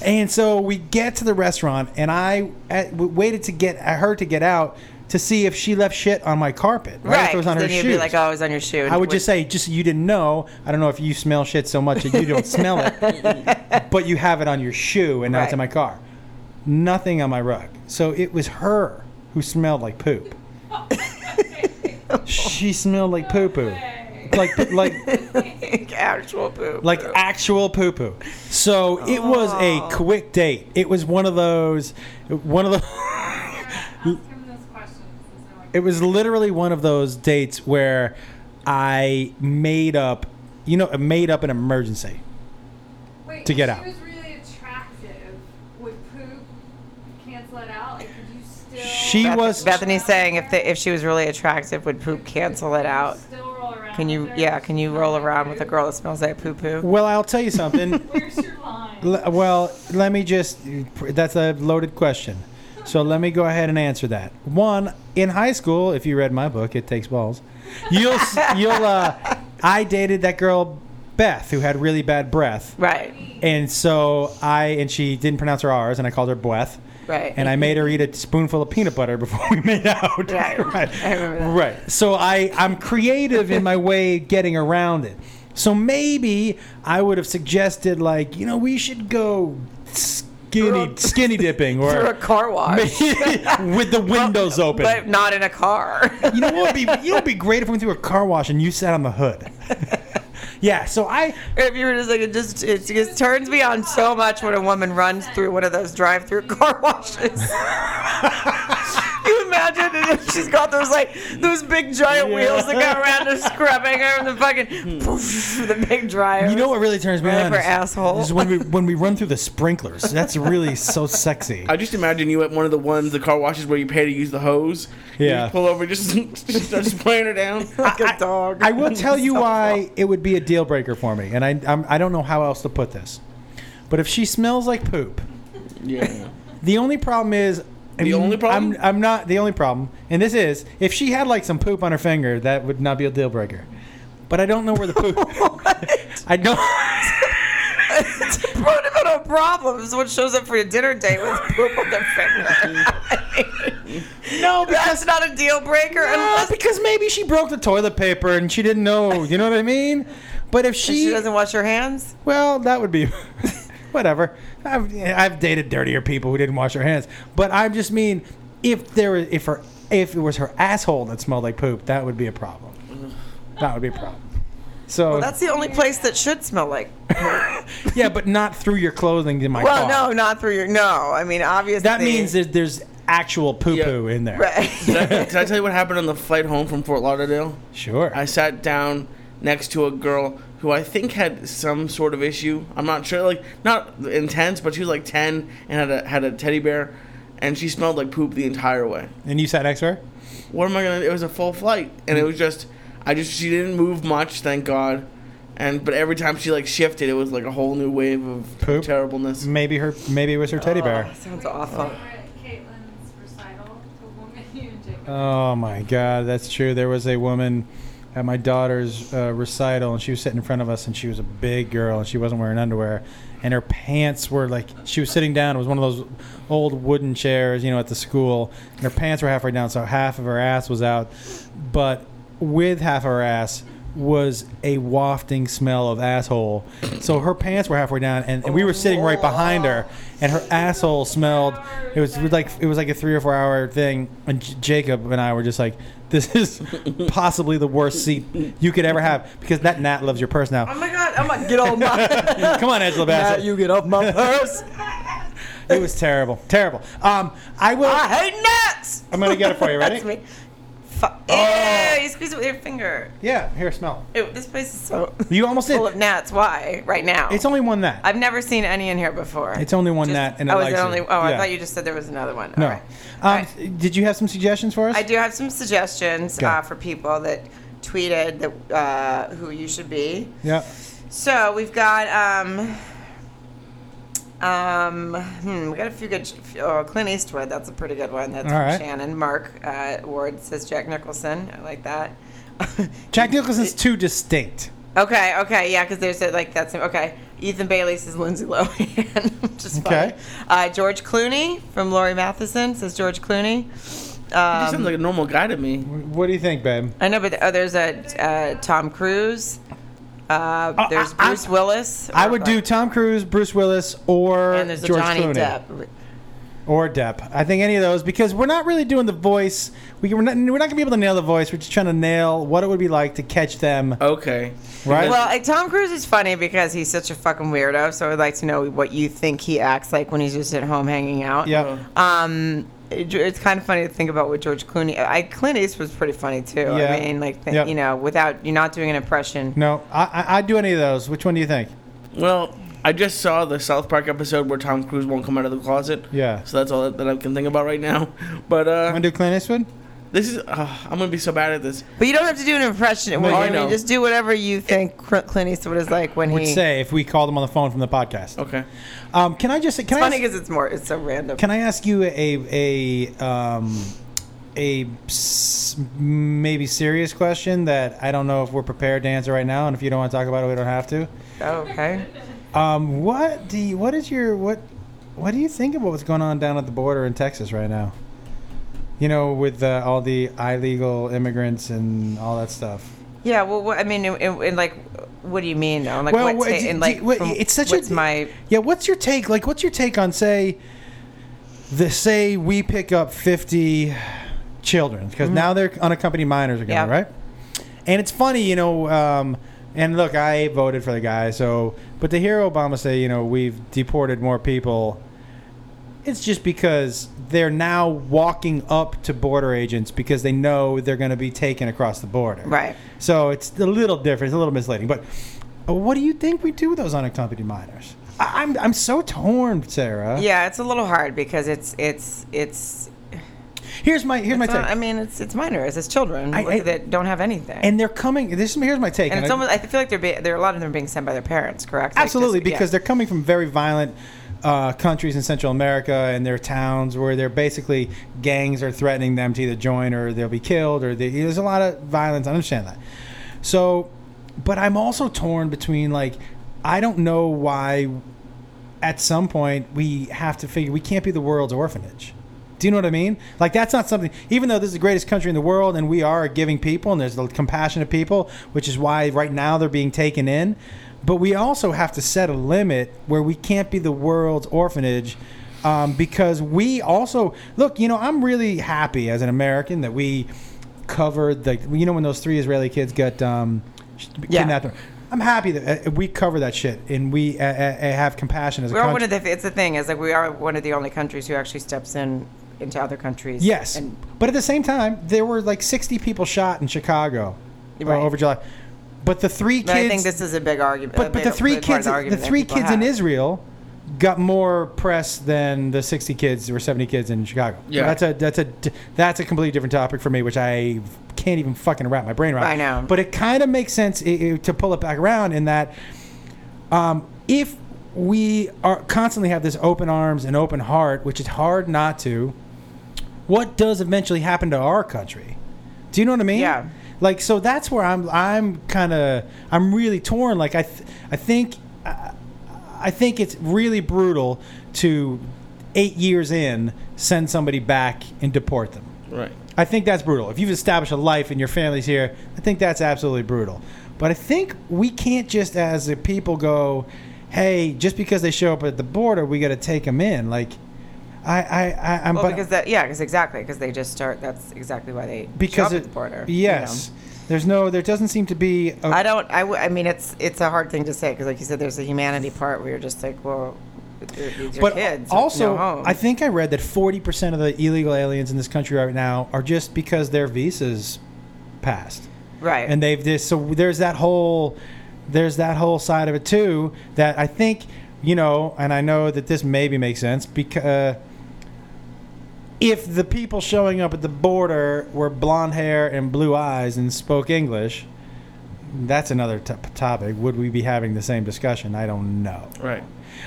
[LAUGHS] and so we get to the restaurant, and I at, w- waited to get her to get out to see if she left shit on my carpet. Right, Right. If it was on 'cause her then you'd shoes. be like, oh, it was on your shoe. I would just say, just you didn't know. I don't know if you smell shit so much that you don't smell it, but you have it on your shoe and now it's in my Right. car. Nothing on my rug. So it was her who smelled like poop. she smelled like poo poo. like like like [LAUGHS] actual poop. like actual poo poo. So it was Oh. a quick date. It was one of those, one of the. [LAUGHS] it was literally one of those dates where I made up, you know, made up an emergency. Wait, to if get she out. was really attractive. Would poop cancel it out? Like, could you still? She Beth- was- Bethany's saying if the, if she was really attractive, would poop cancel it out? Still roll around Can you with her? yeah? Can you roll around with a girl that smells like poo poo? Well, I'll tell you [LAUGHS] something. Where's your line? L- well, let me just. That's a loaded question. So let me go ahead and answer that. One, in high school, if you read my book, it takes balls. You'll, s- you'll. Uh, I dated that girl, Beth, who had really bad breath, Right, and so I and she didn't pronounce her R's, and I called her Breath. right. And I made her eat a spoonful of peanut butter before we [LAUGHS] made out. Right. I remember that. Right. So I, I'm creative in my way of getting around it. So maybe I would have suggested like, you know, we should go skinny Through a- [LAUGHS] skinny dipping through a or car wash, [LAUGHS] with the windows open. but not in a car. [LAUGHS] you know what would be you know what would be great if we went through a car wash and you sat on the hood. [LAUGHS] yeah, so I if you were just like it just it just turns me on so much when a woman runs through one of those drive-through [LAUGHS] car washes. you imagine it if she's got those like those big giant wheels that go around just scrubbing her and the fucking poof, the big dryer. Hmm. you know what really turns me Right on for is, asshole. is when we when we run through the sprinklers. That's really so sexy. I just imagine you at one of the ones, the car washes where you pay to use the hose. You Yeah. just pull over, just, [LAUGHS] just start spraying her down. like a dog. I [LAUGHS] will tell you why it would be a deal breaker for me, and I I'm, I don't know how else to put this, but if she smells like poop, Yeah. the only problem is The only problem? I'm, I'm not the only problem, and this is if she had like some poop on her finger, that would not be a deal breaker. But I don't know where the [LAUGHS] poop. I don't. it's a protocol problem. It's what shows up for your dinner date [LAUGHS] with poop on their finger. [LAUGHS] No, That's because not a deal breaker no, unless because maybe she broke the toilet paper and she didn't know. You know what I mean? But if she doesn't wash her hands. Well, that would be [LAUGHS] whatever. I've, I've dated dirtier people who didn't wash their hands, but I just mean if there if her if it was her asshole that smelled like poop, that would be a problem. That would be a problem. So Well, that's the only place that should smell like. yeah, but not through your clothing in my Well, car. no, not through your. No, I mean obviously. that means that there's actual poo poo Yeah. in there. [LAUGHS] Right. Did I, did I tell you what happened on the flight home from Fort Lauderdale? Sure. I sat down next to a girl who I think had some sort of issue. I'm not sure, like not intense, but she was like 10 and had a had a teddy bear, and she smelled like poop the entire way. and you sat next to her. What am I gonna? It was a full flight, and it was just I just she didn't move much, thank God. And but every time she like shifted, it was like a whole new wave of Poop? terribleness. Maybe her. Maybe it was her teddy bear. Oh, sounds awful. We're at Caitlin's recital. The woman [LAUGHS] you and Jacob. Oh my God, that's true. There was a woman at my daughter's uh, recital, and she was sitting in front of us, and she was a big girl, and she wasn't wearing underwear, and her pants were like she was sitting down. It was one of those old wooden chairs, you know, at the school, and her pants were halfway down, so half of her ass was out, but with half of her ass was a wafting smell of asshole. So her pants were halfway down, and, and we were sitting right behind her, and her asshole smelled. It was like it was like a three or four hour thing, and J- Jacob and I were just like, "This [LAUGHS] is possibly the worst seat you could ever have," because that Nat loves your purse Oh now. [LAUGHS] my god! I'm gonna get off my. Come on, Angela Bassett. you get off my purse. it was terrible, terrible. Um, I will. I hate nuts. I'm gonna get it for you. Ready? Oh. That's me. Fu- Ew, you squeeze it with your finger. Yeah, here, smell. Ew, this place is so You almost did. full of gnats. Why? Right now. It's only one Nat. I've never seen any in here before. It's only one Just- Nat, and it oh, is likes it only? you. Oh, I Yeah. thought you just said there was another one. no. All right. Um, All right. Did you have some suggestions for us? I do have some suggestions Okay. uh, for people that tweeted that uh, who you should be. Yeah. So we've got um, um, hmm, we got a few good. Oh, Clint Eastwood, that's a pretty good one. That's All from right. Shannon. Mark uh, Ward says Jack Nicholson. I like that. Jack [LAUGHS] Nicholson's too distinct. Okay, okay, yeah, because there's a, like that's okay. Ethan Bailey says Lindsay Lohan, [LAUGHS] just Okay. funny. Uh, George Clooney from Laurie Matheson says George Clooney. He just Um, sounds like a normal guy to me. What do you think, babe? I know, but oh, there's a uh, Tom Cruise. Uh, Oh, there's I- I- Bruce Willis. I would do Tom Cruise, Bruce Willis, or And there's a George Johnny Clooney. Depp. or Depp. I think any of those because we're not really doing the voice. We, we're not, we're not going to be able to nail the voice. We're just trying to nail what it would be like to catch Uh, them. Okay. Right. Well, like, Tom Cruise is funny because he's such a fucking weirdo. So I'd like to know what you think he acts like when he's just at home hanging out. uh. yeah. Um, it- it's kind of funny to think about what George Clooney. I Clint Eastwood's pretty funny too. Yeah. I mean, like th- Yep. you know, without you're not doing an impression. No, I, I I'd do any of those. Which one do you think? Well, I just saw the South Park episode where Tom Cruise won't come out of the closet. Yeah. So that's all that, that I can think about right now. [LAUGHS] But uh, Want to do Clint Eastwood? this is uh, I'm gonna be so bad at this. But you don't have to do an impression. I I mean, know. Just do whatever you think Cl- Clint Eastwood is like when Would he. say if we called him on the phone from the podcast. Okay. Um, can I just can it's I funny ask, because it's more. It's so random. can I ask you a a um, a s- maybe serious question that I don't know if we're prepared to answer right now, and if you don't want to talk about it, we don't have to. Oh, okay. Um, what do you, what is your what what do you think about what's going on down at the border in Texas right now? You know, with uh, all the illegal immigrants and all that stuff. Yeah. Well, what, I mean, and, and, and, like, what do you mean though? Like, well, what's what- it- d- and, d- like, what- from- it's such what's a my. yeah. What's your take? Like, what's your take on say the say we pick up fifty children because now they're unaccompanied minors are going Mm-hmm. Yeah. right, and it's funny, you know. Um, and look, I voted for the guy, so but to hear Obama say, you know, we've deported more people, it's just because they're now walking up to border agents because they know they're going to be taken across the border, Right. so it's a little different. It's a little misleading. But uh, what do you think we do with those unaccompanied minors? I, I'm I'm so torn, Sarah. Yeah, it's a little hard because it's it's it's. Here's my here's my it's take. not- I mean, it's it's minors. It's children I- I- that don't have anything. and they're coming. This is here's my take. and it's I- almost. I feel like they're be, there. are A lot of them are being sent by their parents. Correct. Like, absolutely just- yeah. because they're coming from very violent. Uh, countries in Central America and their towns where they're basically gangs are threatening them to either join or they'll be killed or they, there's a lot of violence. I understand that. So, but I'm also torn between like, I don't know why at some point we have to figure we can't be the world's orphanage. Do you know what I mean? Like that's not something. Even though this is the greatest country in the world, and we are a giving people, and there's the compassionate people, which is why right now they're being taken in. But we also have to set a limit where we can't be the world's orphanage, um, because we also look. You know, I'm really happy as an American that we covered the. You know, when those three Israeli kids got um, Yeah. kidnapped. I'm happy that uh, we cover that shit and we uh, uh, have compassion as a We're one country. of the. It's the thing is like we are one of the only countries who actually steps in into other countries. yes, And but at the same time, there were like 60 people shot in Chicago uh, Right. over July. But the three but kids, I think this is a big argument. a but, but the big- three big part of kids, the argument that three people kids in have. Israel got more press than the 60 kids or 70 kids in Chicago. Yeah. that's a that's a d- that's a completely different topic for me, which I can't even fucking wrap my brain around. I know. but it kind of makes sense i i to pull it back around in that. um, if we are constantly have this open arms and open heart, which is hard not to, what does eventually happen to our country? Do you know what I mean? Yeah. Like so that's where I'm I'm kind of I'm really torn. Like I th- I think I, I think it's really brutal to eight years in send somebody back and deport them. Right. I think that's brutal. If you've established a life and your family's here, I think that's absolutely brutal. But I think we can't just, as the people, go, "Hey, just because they show up at the border, we got to take them in." Like, I, I, I I'm. Well, but- because that, yeah, because exactly, because they just start. That's exactly why they because shop at it- the border. you know. Yes, there's no. There doesn't seem to be. a- I don't. I, w- I mean, it's it's a hard thing to say because, like you said, there's a humanity part where you're just like, well, they're- these are but kids. with also, no home. I think I read that 40% of the illegal aliens in this country right now are just because their visas passed. right. and they've just so there's that whole there's that whole side of it too that I think you know, and I know that this maybe makes sense because if the people showing up at the border were blonde hair and blue eyes and spoke English, that's another t- topic. Would we be having the same discussion? I don't know. Right.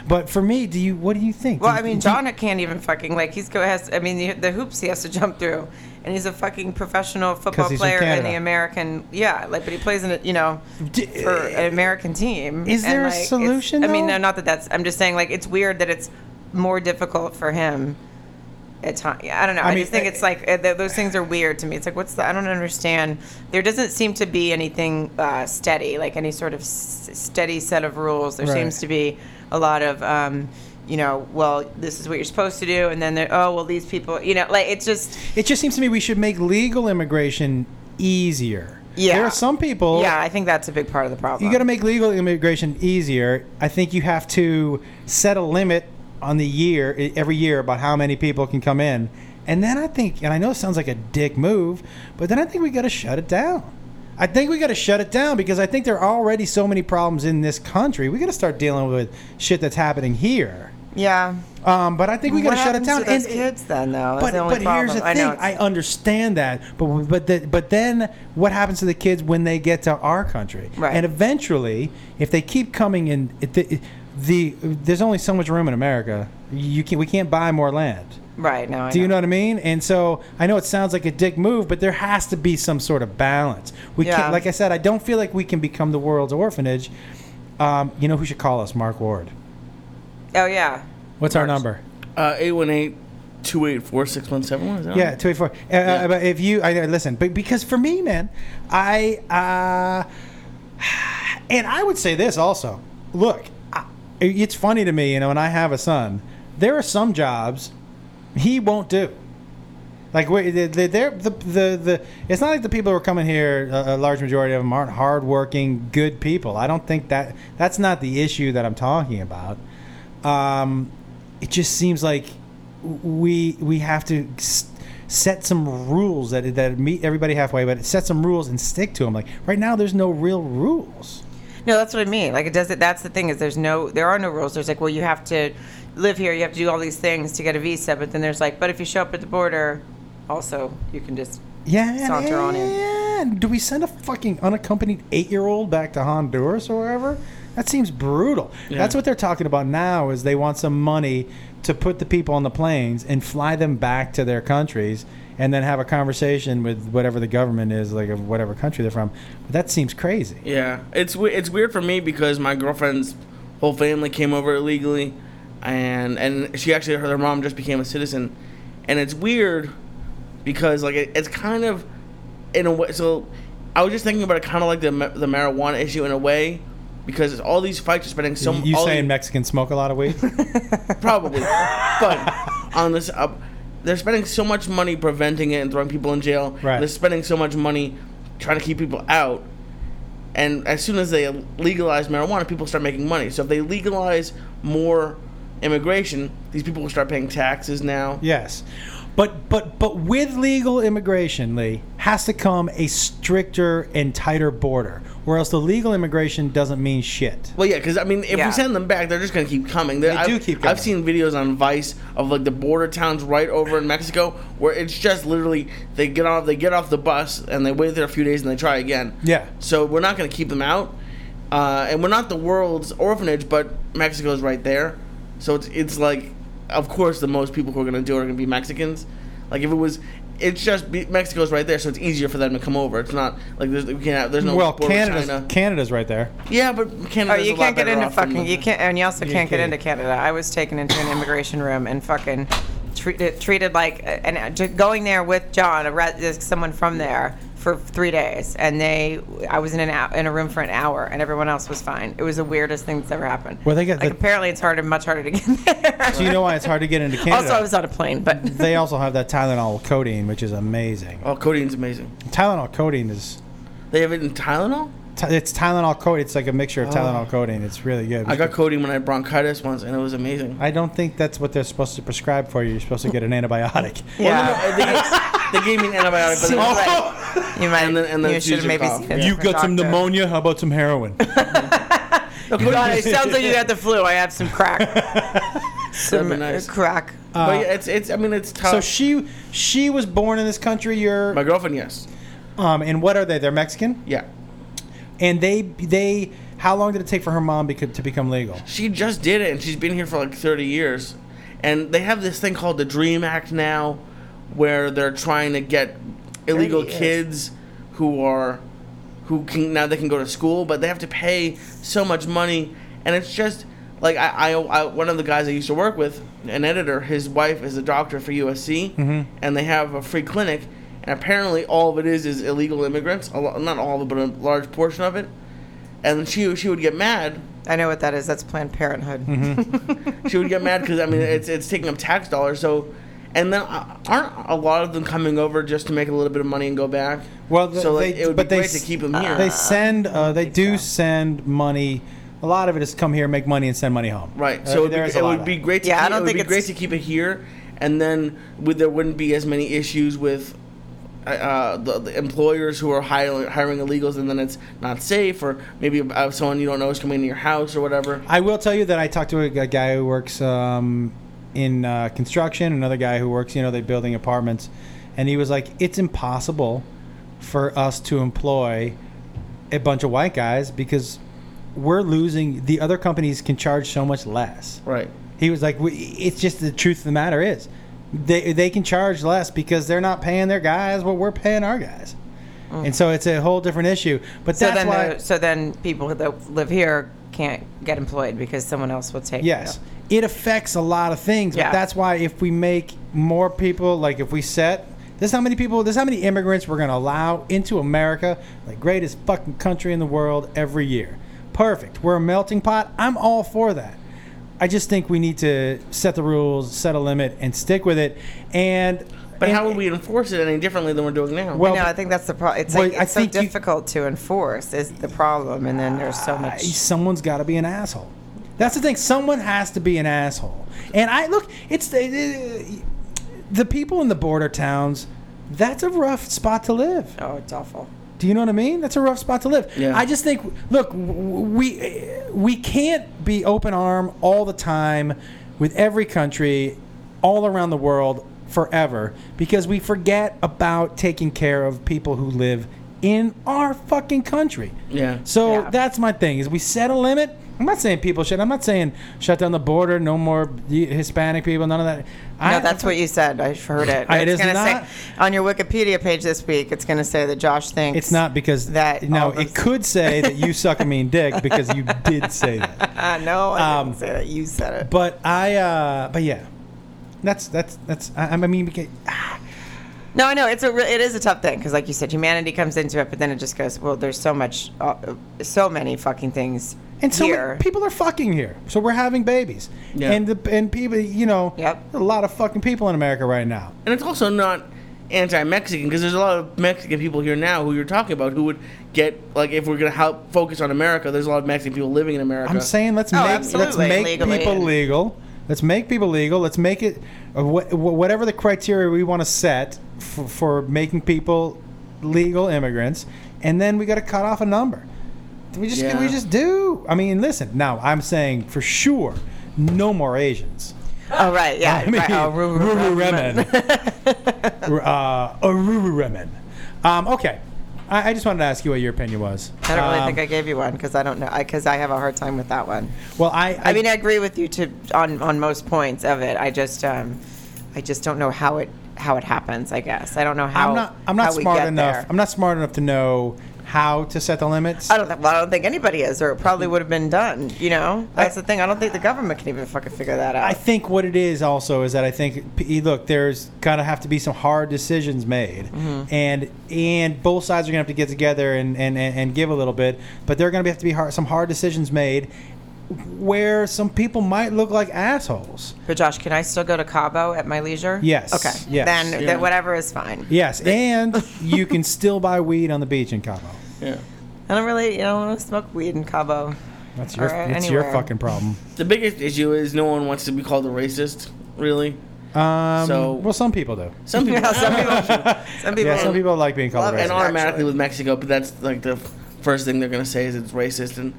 But for me, do you? What do you think? well, Do I you- mean, do you- John can't even fucking like he's go has. I mean, the, the hoops he has to jump through, and he's a fucking professional football he's from player and Canada. the American. Yeah, like, but he plays in it, you know, D- for an American team. Eh, Is And, there a like, it's- solution, I mean, though? no, not that that's. I'm just saying, like, it's weird that it's more difficult for him. At time, I don't know. I I, mean, just think uh, it's like uh, th- those things are weird to me. It's like, what's the? I don't understand. There doesn't seem to be anything uh, steady, like any sort of s- steady set of rules. There Right. seems to be a lot of um, you know, well, this is what you're supposed to do, and then they're, oh, well, these people, you know, like it's just, It just seems to me we should make legal immigration easier. Yeah. There are some people. yeah, I think that's a big part of the problem. You got to make legal immigration easier. I think you have to set a limit on the year i- every year about how many people can come in, and then I think, and I know it sounds like a dick move, but then I think we got to shut it down. I think we got to shut it down because I think there are already so many problems in this country. We got to start dealing with shit that's happening here. yeah. Um, but I think we got to What shut it happens down. To those And- kids, then though, that's but, the only but problem. here's the I thing. know I, it's- understand that, but but the, but then what happens to the kids when they get to our country? Right. And eventually, if they keep coming in, it, the, the there's only so much room in America. You can we can't buy more land. right now. I Do you know know what I mean? And so I know it sounds like a dick move, but there has to be some sort of balance. We Yeah. can't, like I said, I don't feel like we can become the world's orphanage. Um, you know who should call us? Mark Ward. Oh yeah. What's our number? Uh, 818-284-6171, is that Yeah, right? two eight four. Uh, uh, but if you, I, I- listen, but because for me, man, I, uh, [SIGHS] and I would say this also. Look, I, it's funny to me, you know, and I have a son. There are some jobs he won't do. Like we- they- they- they're the, the the it's not like the people who are coming here. A, a large majority of them aren't hardworking, good people. I don't think that that's not the issue that I'm talking about. Um, it just seems like we we have to s- set some rules that that meet everybody halfway, but set some rules and stick to them. Like right now, there's no real rules. No, that's what I mean. Like it does. That's the thing is there's no there are no rules. There's like well you have to live here. You have to do all these things to get a visa. But then there's like but if you show up at the border, also you can just Yeah, and- Saunter on in. and do we send a fucking unaccompanied eight-year-old back to Honduras or wherever? That seems brutal. That's what they're talking about now. Is they want some money to put the people on the planes and fly them back to their countries, and then have a conversation with whatever the government is, like of whatever country they're from. But that seems crazy. Yeah, it's we- it's weird for me because my girlfriend's whole family came over illegally, and and she actually her, mom just became a citizen, and it's weird because like it, it's kind of in a way. So I was just thinking about it, kind of like the ma- the marijuana issue in a way, because all these fights are spending so. you all saying these- Mexicans smoke a lot [LAUGHS] of weed? probably. but on this, uh, they're spending so much money preventing it and throwing people in jail. Right. They're spending so much money trying to keep people out. And as soon as they legalize marijuana, people start making money. So if they legalize more immigration, these people will start paying taxes now. Yes. But but but with legal immigration, Lee, has to come a stricter and tighter border, or else the legal immigration doesn't mean shit. Well, yeah, because I mean, if Yeah. we send them back, they're just gonna keep coming. They do keep I've coming. seen videos on Vice of like the border towns right over in Mexico, where it's just literally they get off, they get off the bus, and they wait there a few days, and they try again. Yeah. So we're not gonna keep them out, uh, and we're not the world's orphanage, but Mexico's right there, so it's it's like, of course, the most people who are gonna do it are gonna be Mexicans. Like if it was. It's just be, Mexico's right there, so it's easier for them to come over. It's not like there's, we can't, there's no well, border with Canada's China. Canada's right there. Yeah, but Oh, Canada's you a lot can't get better into off than fucking. the- You can't, and you also You can't get can't. into Canada. I was taken into an immigration room and fucking treated treated like and uh, ju- going there with John, a re- there's someone from there for three days, and they, I was in an hou- in a room for an hour, and everyone else was fine. It was the weirdest thing that's ever happened. Well, they get like the- apparently it's harder, much harder to get [LAUGHS] there. So you know why it's hard to get [LAUGHS] into Canada. Also, I was on a plane, but they also have that Tylenol codeine, which is amazing. Oh, codeine's amazing. Tylenol codeine is They have it in Tylenol. Ty- it's Tylenol codeine. It's like a mixture of Tylenol codeine. It's really good. I got codeine when I had bronchitis once, and it was amazing. I don't think that's what they're supposed to prescribe for you. You're supposed to get an [LAUGHS] antibiotic. [LAUGHS] yeah, Well, no, no, they, gave, they gave me an [LAUGHS] antibiotic, but Seems then, uh, like you might. And then- and then you should choose have your maybe cough. seen a You different got some doctor. pneumonia. How about some [LAUGHS] heroin? No, [LAUGHS] codeine- God, it sounds like you got the flu. I have some [LAUGHS] crack. some That'd be nice. crack. but yeah, it's it's. I mean, it's tough. so she she was born in this country. You're my girlfriend, yes, Um, and what are they? They're Mexican, yeah. and they they. How long did it take for her mom beca- to become legal? She just did it, and she's been here for like thirty years. And they have this thing called the Dream Act now, where they're trying to get illegal 30 years. kids who are who can now they can go to school, but they have to pay so much money, and it's just like I, I, I one of the guys I used to work with, an editor, his wife is a doctor for USC, and they have a free clinic, and apparently all of it is is illegal immigrants, a lo- not all of it, but a large portion of it, and she she would get mad I know what that is. That's Planned Parenthood. Mm-hmm. she would get mad because I mean it's it's taking up tax dollars. So, and then uh, aren't a lot of them coming over just to make a little bit of money and go back? Well, th- so like, they- it would but be they great to s- keep them here. They send. Uh, they do send money. A lot of it is come here, make money, and send money home. right. Uh, So it would, be, there's a it lot would of be that. great. To Yeah, I keep, don't it think would be great it's- to keep it here, and then would, there wouldn't be as many issues with. uh, Uh, the, the employers who are hiring, hiring illegals and then it's not safe or maybe uh, someone you don't know is coming into your house or whatever I will tell you that I talked to a, a guy who works um, in uh, construction, another guy who works, you know, they're building apartments, and he was like, "It's impossible for us to employ a bunch of white guys because we're losing. The other companies can charge so much less." right He was like, "We- "It's just the truth of the matter is, they they can charge less because they're not paying their guys what we're paying our guys." And so it's a whole different issue, but Mm. So that's then, why the- so then people that live here can't get employed because someone else will take. Yes. them. It affects a lot of things, but Yeah. that's why if we make more people, like if we set, there's how many people, there's how many immigrants we're going to allow into America, the greatest fucking country in the world every year. Perfect. We're a melting pot. I'm all for that. I just think we need to set the rules, set a limit, and stick with it. And but and- how would we enforce it any differently than we're doing now Well, no, I think that's the problem. It's Well, like I it's so think you- difficult to enforce is the problem, and then there's so I- much. someone's got to be an asshole. That's the thing. Someone has to be an asshole. And I look, it's the, the, the people in the border towns. That's a rough spot to live. Oh, it's awful. Do you know what I mean? That's a rough spot to live. Yeah. I just think, look, w- w- we we can't be open arm all the time with every country, all around the world forever because we forget about taking care of people who live in our fucking country. yeah So Yeah. that's my thing is we set a limit. I'm not saying people should. I'm not saying shut down the border. No more Hispanic people. None of that. no, that's what you said. I heard it. I- it it's is gonna not- say on your Wikipedia page this week. It's going to say that Josh thinks It's not because That that. No, all those- it could say that you suck a mean dick because you did say [LAUGHS] that. Uh, [LAUGHS] no, I Um, didn't say that. You said it. But I. Uh, but yeah, that's that's that's. I, I mean, because, No, I know it's a re- it is a tough thing because, like you said, humanity comes into it, but then it just goes. Well, there's so much, uh, so many fucking things and so many here. people are fucking here. So we're having babies. Yeah. And the and people, you know, Yep. a lot of fucking people in America right now. And it's also not anti-Mexican because there's a lot of Mexican people here now who you're talking about who would get like if we're gonna help focus on America. There's a lot of Mexican people living in America. I'm saying let's Oh, make let's absolutely. make Legally. people legal. Let's make people legal. Let's make it uh, wh- wh- whatever the criteria we want to set for, for making people legal immigrants, and then we got to cut off a number. We just we Yeah. just do. I mean, listen. Now I'm saying for sure, no more Asians. oh right, yeah, I mean, right. Oh, ru- ru- ru- Rururemen. R- uh, Rururemen. Um, okay, I, I just wanted to ask you what your opinion was. [LAUGHS] I don't really Um, think I gave you one because I don't know because I, have a hard time with that one. Well, I, I, mean, I agree with you to on on most points of it. I just um, I just don't know how it how it happens. I guess I don't know how. I'm not. I'm not how we smart get enough. there. I'm not smart enough to know how to set the limits. I don't, think, well, I don't think anybody is, or it probably would have been done. You know, that's the thing. I don't think the government can even fucking figure that out. I think what it is also is that I think p- look, there's gonna have to be some hard decisions made, Mm-hmm. and and both sides are gonna have to get together and and and and give a little bit, but there are gonna have to be hard, some hard decisions made, where some people might look like assholes. But Josh, can I still go to Cabo at my leisure? Yes, Okay. yes. Then, Yeah. then whatever is fine. Yes, and [LAUGHS] you can still buy weed on the beach in Cabo. Yeah. I don't really, you know, I don't smoke weed in Cabo. That's your Or that's your anywhere. fucking problem. The biggest issue is no one wants to be called a racist, really. Um, So- well, some people do. Some people, [LAUGHS] Yeah, some people, some people, yeah, some people like being called Love a it. racist. and automatically Actually. with Mexico, but that's like the f- first thing they're gonna say is it's racist, and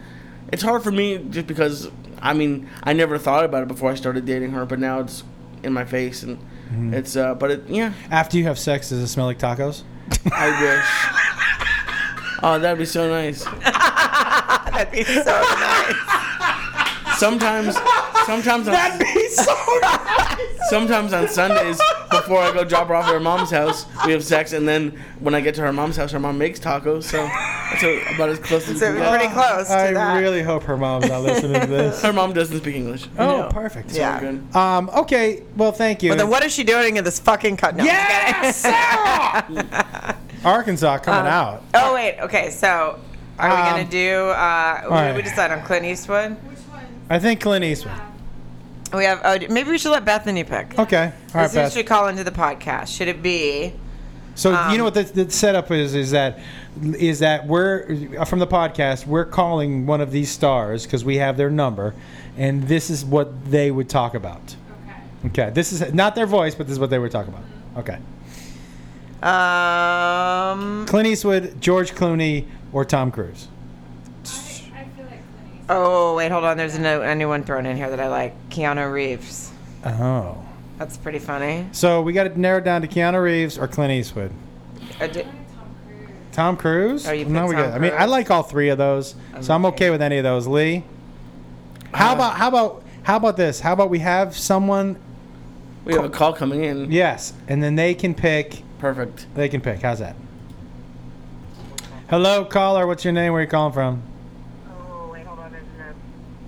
it's hard for me just because I mean I never thought about it before I started dating her, but now it's in my face, and it's uh, but it yeah, After you have sex, does it smell like tacos? I wish. oh, that'd be so nice. [LAUGHS] That'd be so nice. Sometimes, sometimes on, [LAUGHS] sometimes on Sundays before I go drop her off at her mom's house, we have sex, and then when I get to her mom's house, her mom makes tacos. So that's a- about as close as So we we're get. pretty close to I that. really hope her mom's not listening to this. Her mom doesn't speak English. Oh, No. perfect. Yeah. Very good. Um, okay. Well, thank you. But then what is she doing in this fucking cut? No, I'm just kidding. [LAUGHS] Uh, Yes, Sarah! [LAUGHS] Arkansas coming out. Oh wait, okay, so Are we Um, gonna do? Uh, what did right. we decide on Clint Eastwood? Which ones? I think Clint Eastwood. We have. Oh, d- maybe we should let Bethany pick. Okay. All right, This Beth. should call into the podcast. Should it be? So you Um, know what the, the setup is is that is that we're from the podcast we're calling one of these stars because we have their number, and this is what they would talk about. Okay. Okay, this is not their voice, but this is what they were talking about. Okay, Um. Clint Eastwood, George Clooney, or Tom Cruise. I, I feel like Clint Eastwood. Oh wait, hold on. There's a, no, a new one thrown in here that I like. Keanu Reeves. Oh, That's pretty funny. so we got to narrow it down to Keanu Reeves or Clint Eastwood. Uh, d- Tom Cruise. Tom Cruise. Oh, you no, picked we Tom got. I mean, I Cruise. like all three of those, so I'm Okay. okay with any of those. Lee, how Uh, about how about how about this? How about we have someone We have a call coming in. Yes, and then they can pick. Perfect. They can pick. How's that? Hello, caller. What's your name? Where are you calling from?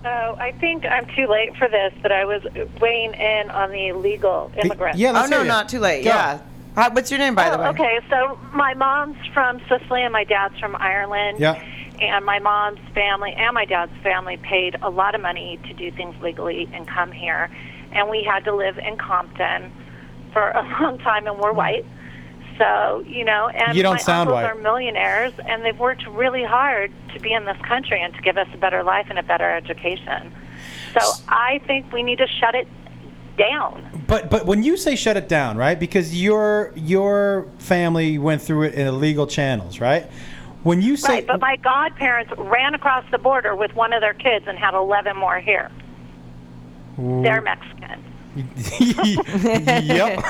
Oh, I think I'm too late for this, but I was weighing in on the illegal immigrants. Yeah. oh Let's no, hear ya. not too late. Go. Yeah. Hi, what's your name, by the Oh, way? okay. So my mom's from Sicily and my dad's from Ireland. Yeah. And my mom's family and my dad's family paid a lot of money to do things legally and come here. And we had to live in Compton for a [LAUGHS] long time, and we're white. So, you know, and You don't my sound uncles white. are millionaires, and they've worked really hard to be in this country and to give us a better life and a better education. So I think we need to shut it down. But but when you say shut it down, right? Because your your family went through it in illegal channels, right? When you say Right, but my godparents ran across the border with one of their kids and had 11 more here. They're Mexican. [LAUGHS] yep. [LAUGHS]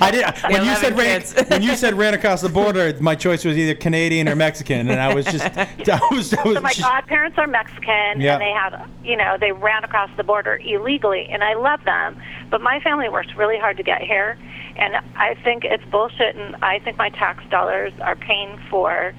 I did. When you said 11 ran, [LAUGHS] kids. when you said ran across the border, my choice was either Canadian or Mexican, and I was just [LAUGHS] I was, I was So Oh my just- godparents are Mexican, Yeah. and they had, you know, they ran across the border illegally, and I love them. But my family worked really hard to get here, and I think it's bullshit, and I think my tax dollars are paying for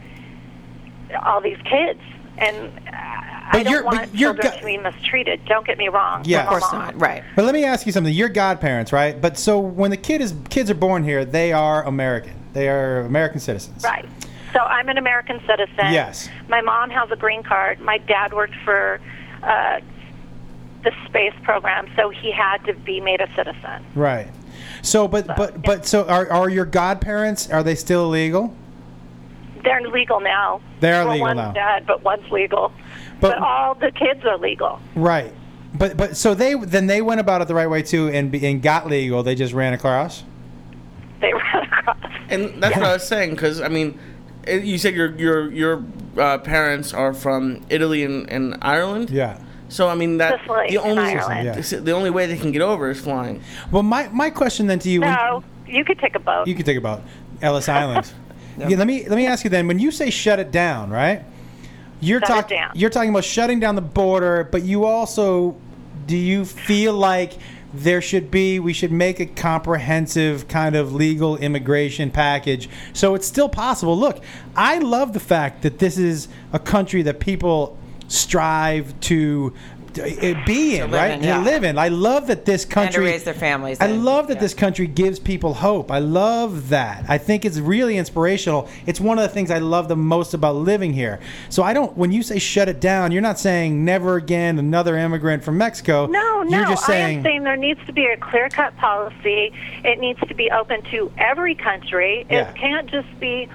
all these kids. And uh, But I you're- don't but want you're children go- to be mistreated. Don't get me wrong. Yeah. Of I'm a course mom. not. Right. But let me ask you something. Your godparents, right? But so when the kid is kids are born here, they are American. They are American citizens. Right. So I'm an American citizen. Yes. My mom has a green card. My dad worked for uh, the space program, so he had to be made a citizen. Right. So, but but but so are, are your godparents? Are they still illegal? They're legal now. They are well, legal one's now. dead, but one's legal. But- But, all the kids are legal. Right. But but so they then they went about it the right way too and be- and got legal. They just ran across. They [LAUGHS] ran across. And that's what I was saying because I mean, it, you said your your your uh, parents are from Italy and, and Ireland. Yeah. So I mean that Sicily the and only Ireland. Yeah. the only way they can get over is flying. Well, my my question then to you. when- No, you could take a boat. You can think about [LAUGHS] Ellis Island. Yeah, let me let me ask you then. When you say shut it down, right? You're Shut it talking down. you're talking about shutting down the border, but you also do you feel like there should be we should make a comprehensive kind of legal immigration package so it's still possible. Look, I love the fact that this is a country that people strive to uh, be in, live right? in, To yeah. live in. I love that this And to country raise their families. I and- love that yeah. this country gives people hope. I love that. I think it's really inspirational. It's one of the things I love the most about living here. So I don't. When you say shut it down, you're not saying never again another immigrant from Mexico. No, no. You're just I am saying. saying there needs to be a clear cut policy. It needs to be open to every country. Yeah. It can't just be,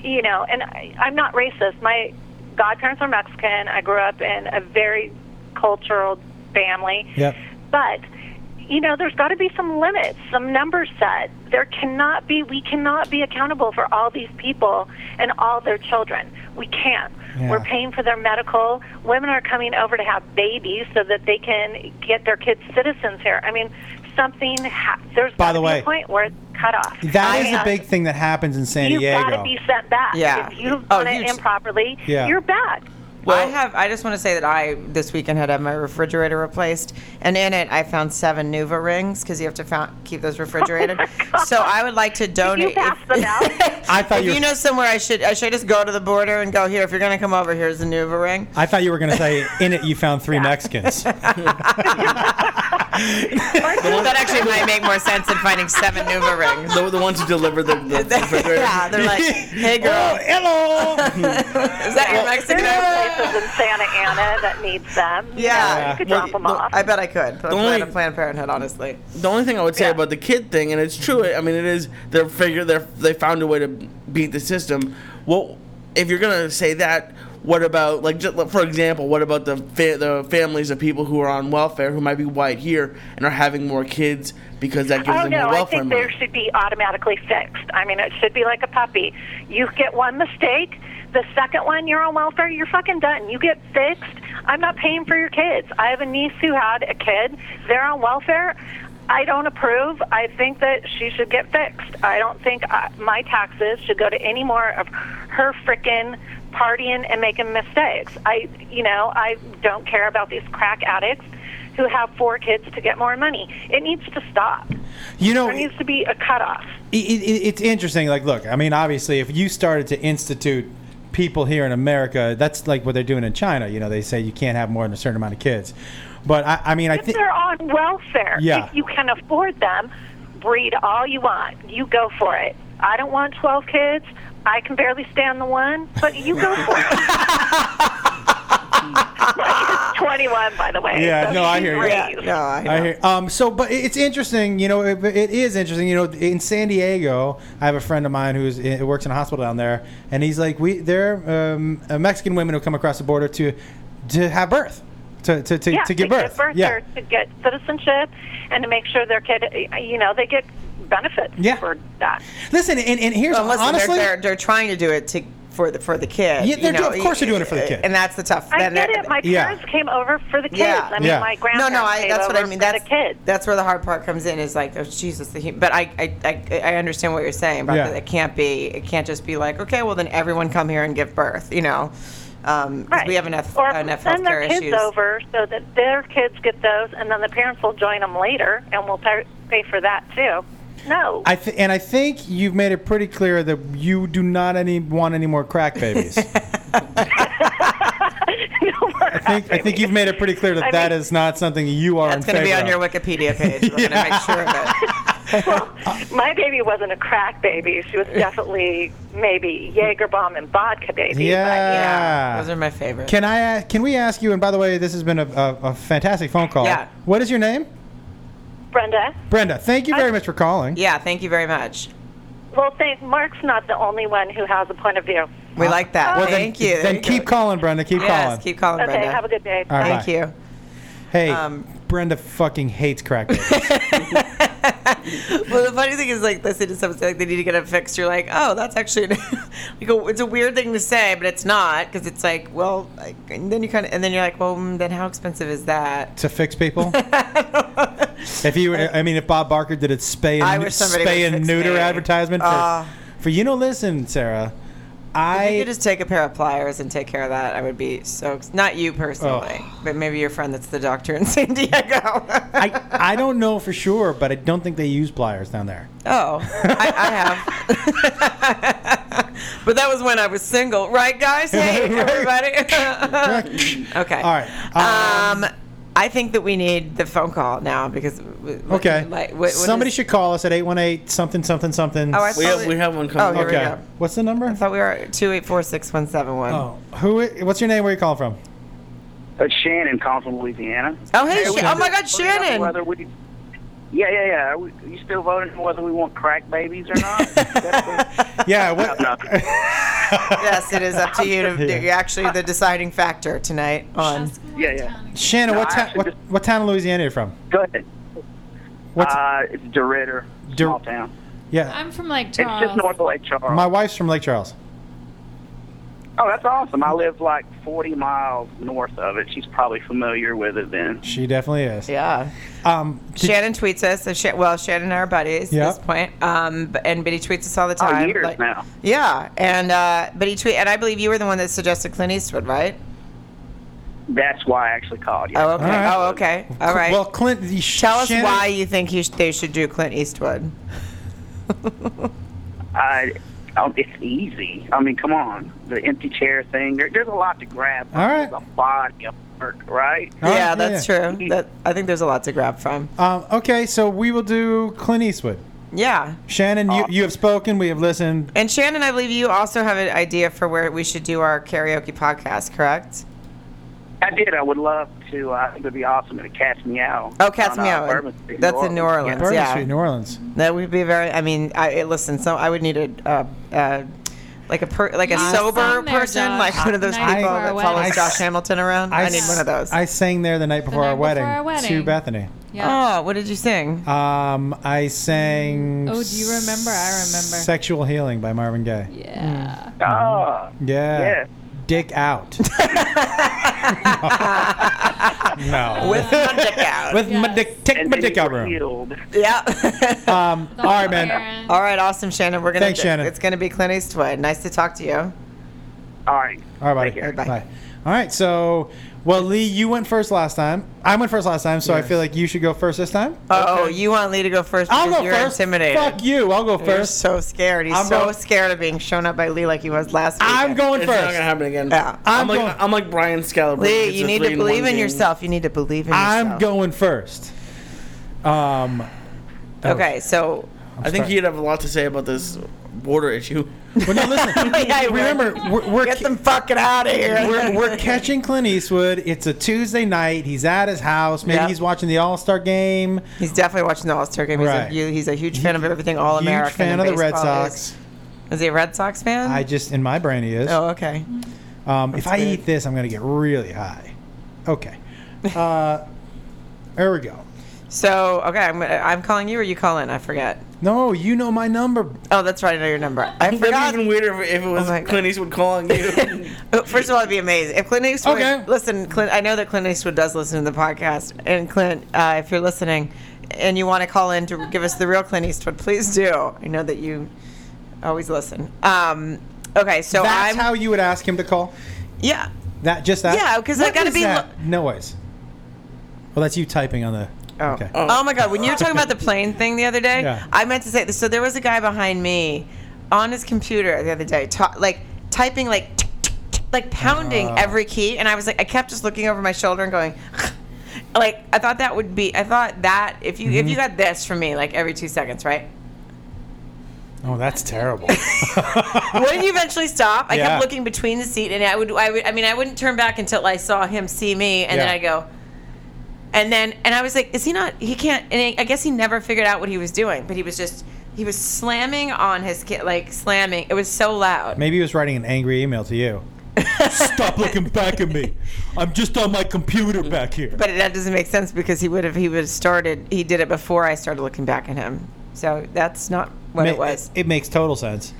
you know, and I, I'm not racist. My godparents are Mexican. I grew up in a very cultural family. Yep. But, you know, there's got to be some limits, some numbers set. There cannot be, we cannot be accountable for all these people and all their children. We can't. Yeah. We're paying for their medical. Women are coming over to have babies so that they can get their kids citizens here. I mean, something, ha- there's By gotta the be way, a point where it's cut off. that is And a big thing that happens in San You've Diego. got to uh, be sent back. Yeah. If you've Oh, done it huge- improperly, Yeah. you're back. I have. I just want to say that I this weekend had had my refrigerator replaced, and in it I found seven Nuva rings because you have to found, keep those [LAUGHS] refrigerated. so I would like to donate. pass [LAUGHS] them out? I thought if you you, were- know somewhere, I should I should just go to the border and go here. If you're gonna come over, [LAUGHS] here's a Nuva ring. [LAUGHS] I thought you were going to say in it you found three Mexicans. Or two that actually might make more sense than finding seven Nuva rings. The, the ones who deliver the, the [LAUGHS] refrigerator. yeah, they're [LAUGHS] like, hey Oh, girl, hello. is that your Mexican There's airplane? places in Santa Ana that needs them. You Yeah. know, you could Well, drop them the- off. I bet I could. But I'm only- glad I'm Planned Parenthood, honestly. The only thing I would say Yeah. about the kid thing, and it's true. I mean, it is they're figure they they found a way to beat the system. Well, if you're gonna say that, what about like just, for example, what about the fa- the families of people who are on welfare who might be white here and are having more kids because that gives Oh them no! more I welfare think money? there should be automatically fixed. I mean, it should be like a puppy. You get one mistake, the second one you're on welfare, you're fucking done. You get fixed. I'm not paying for your kids. I have a niece who had a kid. They're on welfare. I don't approve. I think that she should get fixed. I don't think I, my taxes should go to any more of her frickin' partying and making mistakes. I, you know, I don't care about these crack addicts who have four kids to get more money. It needs to stop. [LAUGHS] You know, There needs to be a cutoff. it, it, it's interesting. Like, look, I mean, obviously, if you started to institute people here in America, that's like what they're doing in China. You know, they say you can't have more than a certain amount of kids. But I, I mean, I If think they're on welfare, Yeah. if you can afford them, breed all you want. You go for it. I don't want 12 kids. I can barely stand the one, but you go for it. [LAUGHS] It's 21, by the way. Yeah, so no, I she's hear you. Yeah, raised. no, I I hear. Um, so, but it- it's interesting. You know, it, it is interesting. You know, in San Diego, I have a friend of mine who's in, works in a hospital down there, and he's like, we there um, uh, Mexican women who come across the border to to have birth, to to to, Yeah, to give to birth. Give birth yeah. or to get citizenship and to make sure their kid, you know, they get benefits Yeah. for that. Listen, and, and here's Unless honestly, they're, they're, they're trying to do it to for the for the kid. Yeah, they're you know, eh, do- of course they're doing it for the kid. And that's the tough. I then get that- it. My Yeah. parents came over for the kids. Yeah. I mean, Yeah. my no, grandparents no, I, came that's over what I mean. for That's the kids. That's where the hard part comes in. Is like, oh Jesus, the human. But I, I, I, I understand what you're saying about Yeah. that. It can't be. It can't just be like, okay, well then everyone come here and give birth. You know, um, 'cause Right. we have enough or enough send their healthcare kids issues. over so that their kids get those, and then the parents will join them later, and we'll pay, pay for that too. No, I th- and I think you've made it pretty clear that you do not any want any more [LAUGHS] crack babies. I [LAUGHS] no more think I think you've made it pretty clear that I that mean- is not something you are. That's in going to be favor on your of. Wikipedia page. We're going to make sure of [LAUGHS] it. my baby wasn't a crack baby. She was definitely maybe Jaeger bomb and vodka baby. Yeah. Those are my favorite. Can I ask, can we ask you? And by the way, this has been a, a, a fantastic phone call. Yeah. What is your name? But Brenda, Brenda. Thank you very much for calling. yeah, thank you very much. well, thank Mark's not the only one who has a point of view. We like that. Well, then- thank you. Then There you keep go. calling, Brenda. Keep Yes, calling. keep calling, Okay, Brenda. have a good day. All right, bye. Thank you. hey, um, Brenda fucking hates crack. babies. Well, the funny thing is, like, listen to someone say like they need to get it fixed. You're like, oh, that's actually [LAUGHS] like a, it's a weird thing to say, but it's not because it's like, well, like, and then you kind of and then you're like, well, mm, then how expensive is that? to fix [LAUGHS] people. if you, I mean, if Bob Barker did a spay I and, nu- wish somebody spay would and fix neuter me. advertisement for, Ah. for you know, listen, Sarah, If you I could just take a pair of pliers and take care of that, I would be so ex- not you personally, but maybe your friend that's the doctor in San [LAUGHS] Diego. I, I don't know for sure, but I don't think they use pliers down there. Oh, I, I have. [LAUGHS] but that was when I was single, right, guys? Hey, [LAUGHS] everybody. okay. All right. Um, I think that we need the phone call now because. w- w- Okay. Like, what, what Somebody is- should call us at 818 something something something. Oh, I We thought have we have one coming. Oh, here okay. we go. What's the number? I thought we were two eight four six one seven one. Oh, who? i- What's your name? Where you calling [LAUGHS] from? It's Shannon calling from Louisiana. Oh, hey, Sha- we oh still my God, voting on Shannon. Whether we, yeah, yeah, yeah. Are we, you still voting on whether we want crack babies or not? That's it. Yeah. What? No, no. Yes, it is up to you. To, [LAUGHS] Yeah. You're actually the deciding factor tonight on. Ask Yeah, what yeah. town- Shannon, No, what, I ta- actually what, just- what town in Louisiana are you from? Go ahead. What's, uh, it's DeRitter, Der- small town. yeah. I'm from Lake It's Charles. just north of Lake Charles. My wife's from Lake Charles. oh, that's awesome. I live like 40 miles north of it. She's probably familiar with it then. She definitely is. Yeah. Um, did- Shannon tweets us. So Sha- well, Shannon and I are buddies Yeah. at this point. Um, b- and but he tweets us all the Oh, time. years like- now. Yeah, and uh, but he tweet, and I believe you were the one that suggested Clint Eastwood, right? That's why I actually called you. Oh, okay. All right. Oh, okay. All right. Well, Clint. the Sh- Tell us Shannon- why you think you sh- they should do Clint Eastwood. I, um, it's easy. I mean, come on. The empty chair thing. There, there's a lot to grab. All right. There's a body of work, right? All right, yeah, that's yeah. true. That I think there's a lot to grab from. Um, okay, so we will do Clint Eastwood. Yeah. Shannon, you, you have spoken. We have listened. And Shannon, I believe you also have an idea for where we should do our karaoke podcast, correct? I did. I would love to. I think it would be awesome at Catch Meow. Oh, Cat's on, uh, Meow. Bourbon Street, That's in New Orleans. Bourbon yeah. Street, New Orleans. That would be very. I mean, I I- listen. So I would need a, uh, uh, like a per, like a You sober sang there, person, Josh, like one of those night people before that our follows wedding. Josh Hamilton around. I, need s- one of those. I sang there the night before, night our, before wedding our to wedding. Bethany. Yeah. Oh, what did you sing? Um, I sang. Oh, do you remember? I remember. Sexual Healing by Marvin Gaye. Yeah. Yeah. Oh, yes. Dick [LAUGHS] out. [LAUGHS] no. With my [LAUGHS] dick out. With my Yes. dick, take And my then dick you out were room. healed. yeah. [LAUGHS] [LAUGHS] Um, all right, man. Aaron. All right, awesome, Shannon. We're gonna. Thanks, Shannon. It's gonna be Clint Eastwood. Nice to talk to you. All right. All right, buddy. Take care. Bye. All right, so, well, Lee, you went first last time. I went first last time, so I feel like you should go first this time. Oh, you want Lee to go first? I'll because go you're first. Intimidated. Fuck you. I'll go You're first. so scared. He's I'm so going- scared of being shown up by Lee like he was last week. I'm going It's not first. gonna happen again. Yeah. I'm I'm, like going- I'm like Brian Scalabrini. Lee, It's you a need three to believe one in game. yourself. You need to believe in yourself. I'm going first. Um, that was- Okay, so I think he'd have a lot to say about this border issue. Well, no, listen. [LAUGHS] Yeah, he would. remember, we're, we're get them fucking out of here. we're, we're catching Clint Eastwood. It's a Tuesday night. He's at his house. Maybe Yeah. he's watching the All Star game. he's definitely watching the All Star game. He's, Right. a, hu- he's a huge fan of everything All American. Huge fan and of the Red baseball is. Sox. Is he a Red Sox fan? I just, in my brain, he is. oh, okay. um, if I good. eat this, I'm going to get really high. Okay. Uh, [LAUGHS] there we go. So okay, I'm gonna- I'm calling you or you calling? I forget. No, you know my number. Oh, that's right. I know your number. I That'd be forgot. Oh even weirder if, if it was my God. Clint Eastwood calling you. [LAUGHS] Oh, First of all, it'd be amazing if Clint Eastwood. Okay. Listen, Clint. I know that Clint Eastwood does listen to the podcast, and Clint, uh, if you're listening, and you want to call in to give us the real Clint Eastwood, please do. I know that you always listen. Um, okay, so That's I'm. how you would ask him to call. yeah. That just that. Yeah, 'cause I What gotta was be that noise. Well, that's you typing on the. Oh. Okay. Oh. my God! When you were talking about the plane thing the other day, Yeah. I meant to say this. So there was a guy behind me on his computer the other day, ta- like typing, like tick, tick, tick, like pounding Ah. every key, and I was like, I kept just looking over my shoulder and going. [LAUGHS] Like I thought that would be, I thought that if you Mm-hmm. if you got this from me like every two seconds, right? Oh, that's [LAUGHS] terrible. Wouldn't you eventually stop? I Yeah. kept looking between the seat, and I would, I would, I mean, I wouldn't turn back until I saw him see me, and then Yeah. I go, and then, and I was like, is he not? He can't. And I, I guess he never figured out what he was doing, but he was just, he was slamming on his kid, like slamming. It was so loud. Maybe he was writing an angry email to you. Stop looking back at me. I'm just on my computer Mm. back here. But that doesn't make sense because he would have, he would have started, he did it before I started looking back at him. So that's not what it was. Mm. It, makes total sense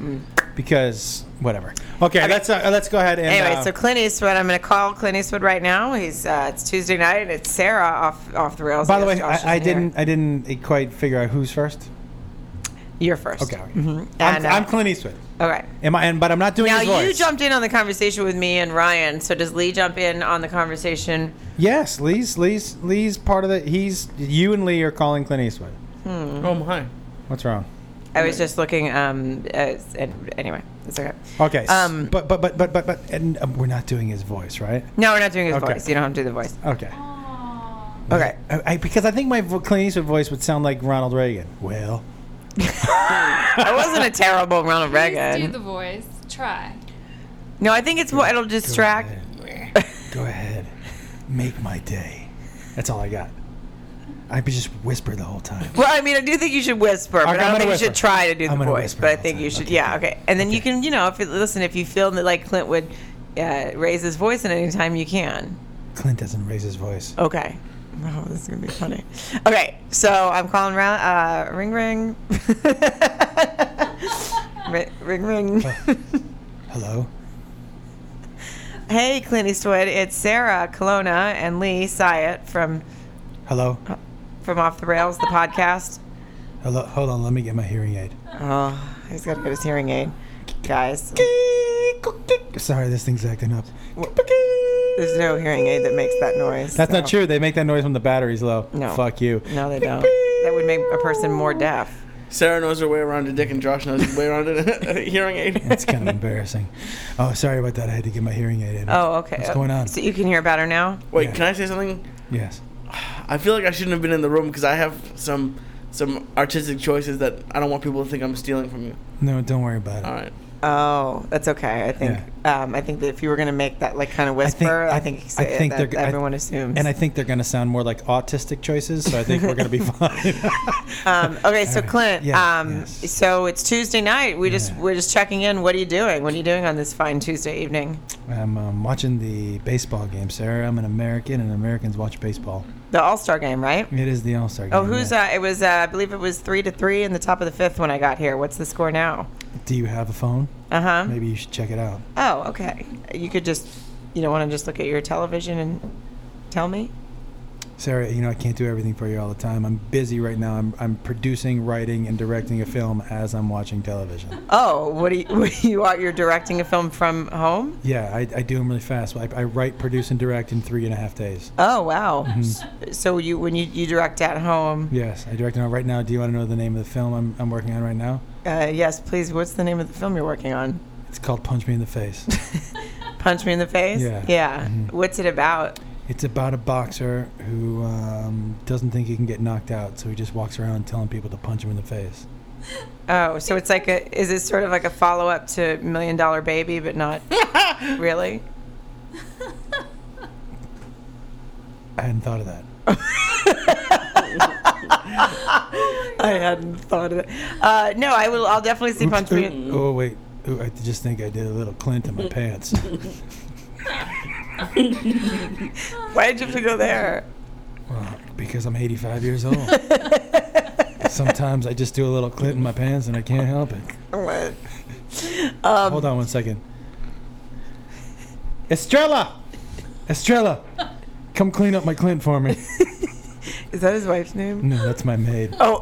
because whatever. Okay, let's uh, let's go ahead and. Anyway, uh, so Clint Eastwood, I'm going to call Clint Eastwood right now. He's uh, it's Tuesday night, and it's Sarah off off the rails. by the way, Yes, Josh I, I isn't here. didn't I didn't eh, quite figure out who's first. You're first. Okay, okay. Mhm. I'm, And, uh, I'm Clint Eastwood. Okay. Am I? And but I'm not doing Now his voice. you jumped in on the conversation with me and Ryan. So does Lee jump in on the conversation? Yes, Lee's Lee's Lee's part of the. He's you and Lee are calling Clint Eastwood. oh my. What's wrong? I was just looking. Um. Uh, and anyway, it's okay. Okay. Um. Um, But but but but but but and um, we're not doing his voice, right? No, we're not doing his Okay. voice. You don't have to do the voice. Okay. [LAUGHS] Okay. I, I, because I think my vo- Clint Eastwood voice would sound like Ronald Reagan. Well, I wasn't a terrible Ronald Please do Reagan. the voice. [LAUGHS] Try. no, I think it's what it'll distract. [LAUGHS] Go ahead. Go ahead. Make my day. That's all I got. I could just whisper the whole time. Well, I mean, I do think you should whisper, but Okay, I I'm don't think gonna you whisper. should try to do I'm the gonna voice. whisper But I all think the you time. should, Okay, yeah, okay. okay. And then you can, you know, if you, listen, if you feel that like Clint would uh, raise his voice at any time, you can. Clint doesn't raise his voice. Okay. Oh, this is gonna be funny. Okay, so I'm calling round. Uh, ring, ring. [LAUGHS] Ri- ring, ring. [LAUGHS] Hello. hey, Clint Eastwood. It's Sarah Colonna and Lee Syatt from Hello. from Off the Rails, the podcast. Hello. Hold on. Let me get my hearing aid. Oh, he's gotta get his hearing aid, guys. Sorry, this thing's acting up. There's no hearing aid that makes that noise. That's not so- true. They make that noise when the battery's low. No. Fuck you. No, they don't. That would make a person more deaf. Sarah knows her way around a dick, and Josh knows his way around a [LAUGHS] hearing aid. It's kind of embarrassing. Oh, sorry about that. I had to get my hearing aid in. Oh, okay. What's going on? So you can hear better now? Wait, Yeah. can I say something? Yes. I feel like I shouldn't have been in the room because I have some some artistic choices that I don't want people to think I'm stealing from you. No, don't worry about it. All right. Oh, that's okay. I think um, I think that if you were going to make that like kind of whisper, I think, I think that they're- I- everyone assumes. And I think they're going to sound more like autistic choices, so I think we're going to [LAUGHS] be fine. um, okay, so All right. Clint, Yes, um, yes. so it's Tuesday night. We just Yeah. we're just checking in. What are you doing? What are you doing on this fine Tuesday evening? I'm um, watching the baseball game, Sarah. I'm an American, and Americans watch baseball. The All Star game, right? It is the All Star game. Oh, who's yeah. uh, it was? Uh, I believe it was three to three in the top of the fifth when I got here. What's the score now? Do you have a phone? Uh huh. Maybe you should check it out. Oh, okay. You could just you don't want to just look at your television and tell me. Sarah, you know I can't do everything for you all the time. I'm busy right now. I'm, I'm producing, writing, and directing a film as I'm watching [LAUGHS] television. Oh, what do you what do you are? You're directing a film from home? Yeah, I, I do them really fast. I, I write, produce, and direct in three and a half days. Oh wow. So you when you, you direct at home? Yes, I direct now. Right now, do you want to know the name of the film I'm, I'm working on right now? Uh, yes, please. What's the name of the film you're working on? [LAUGHS] It's called Punch Me in the Face. Punch me in the face. Yeah. What's it about? it's about a boxer who um, doesn't think he can get knocked out, so he just walks around telling people to punch him in the face. Oh, so it's like a is it sort of like a follow up to Million Dollar Baby, but [LAUGHS] not really. I hadn't thought of that. I hadn't thought of it. Uh, no, I will. I'll definitely see Punch Me. in- Oh, wait. Ooh, I just think I did a little Clint [LAUGHS] in my pants. Why did you have to go [LAUGHS] there? Well, because I'm 85 years [LAUGHS] old. Sometimes I just do a little Clint in my pants and I can't help it. What? Um, Hold on one second. Estrella! Estrella! Come clean up my Clint for me. Is that his wife's name? No, that's my maid. Oh,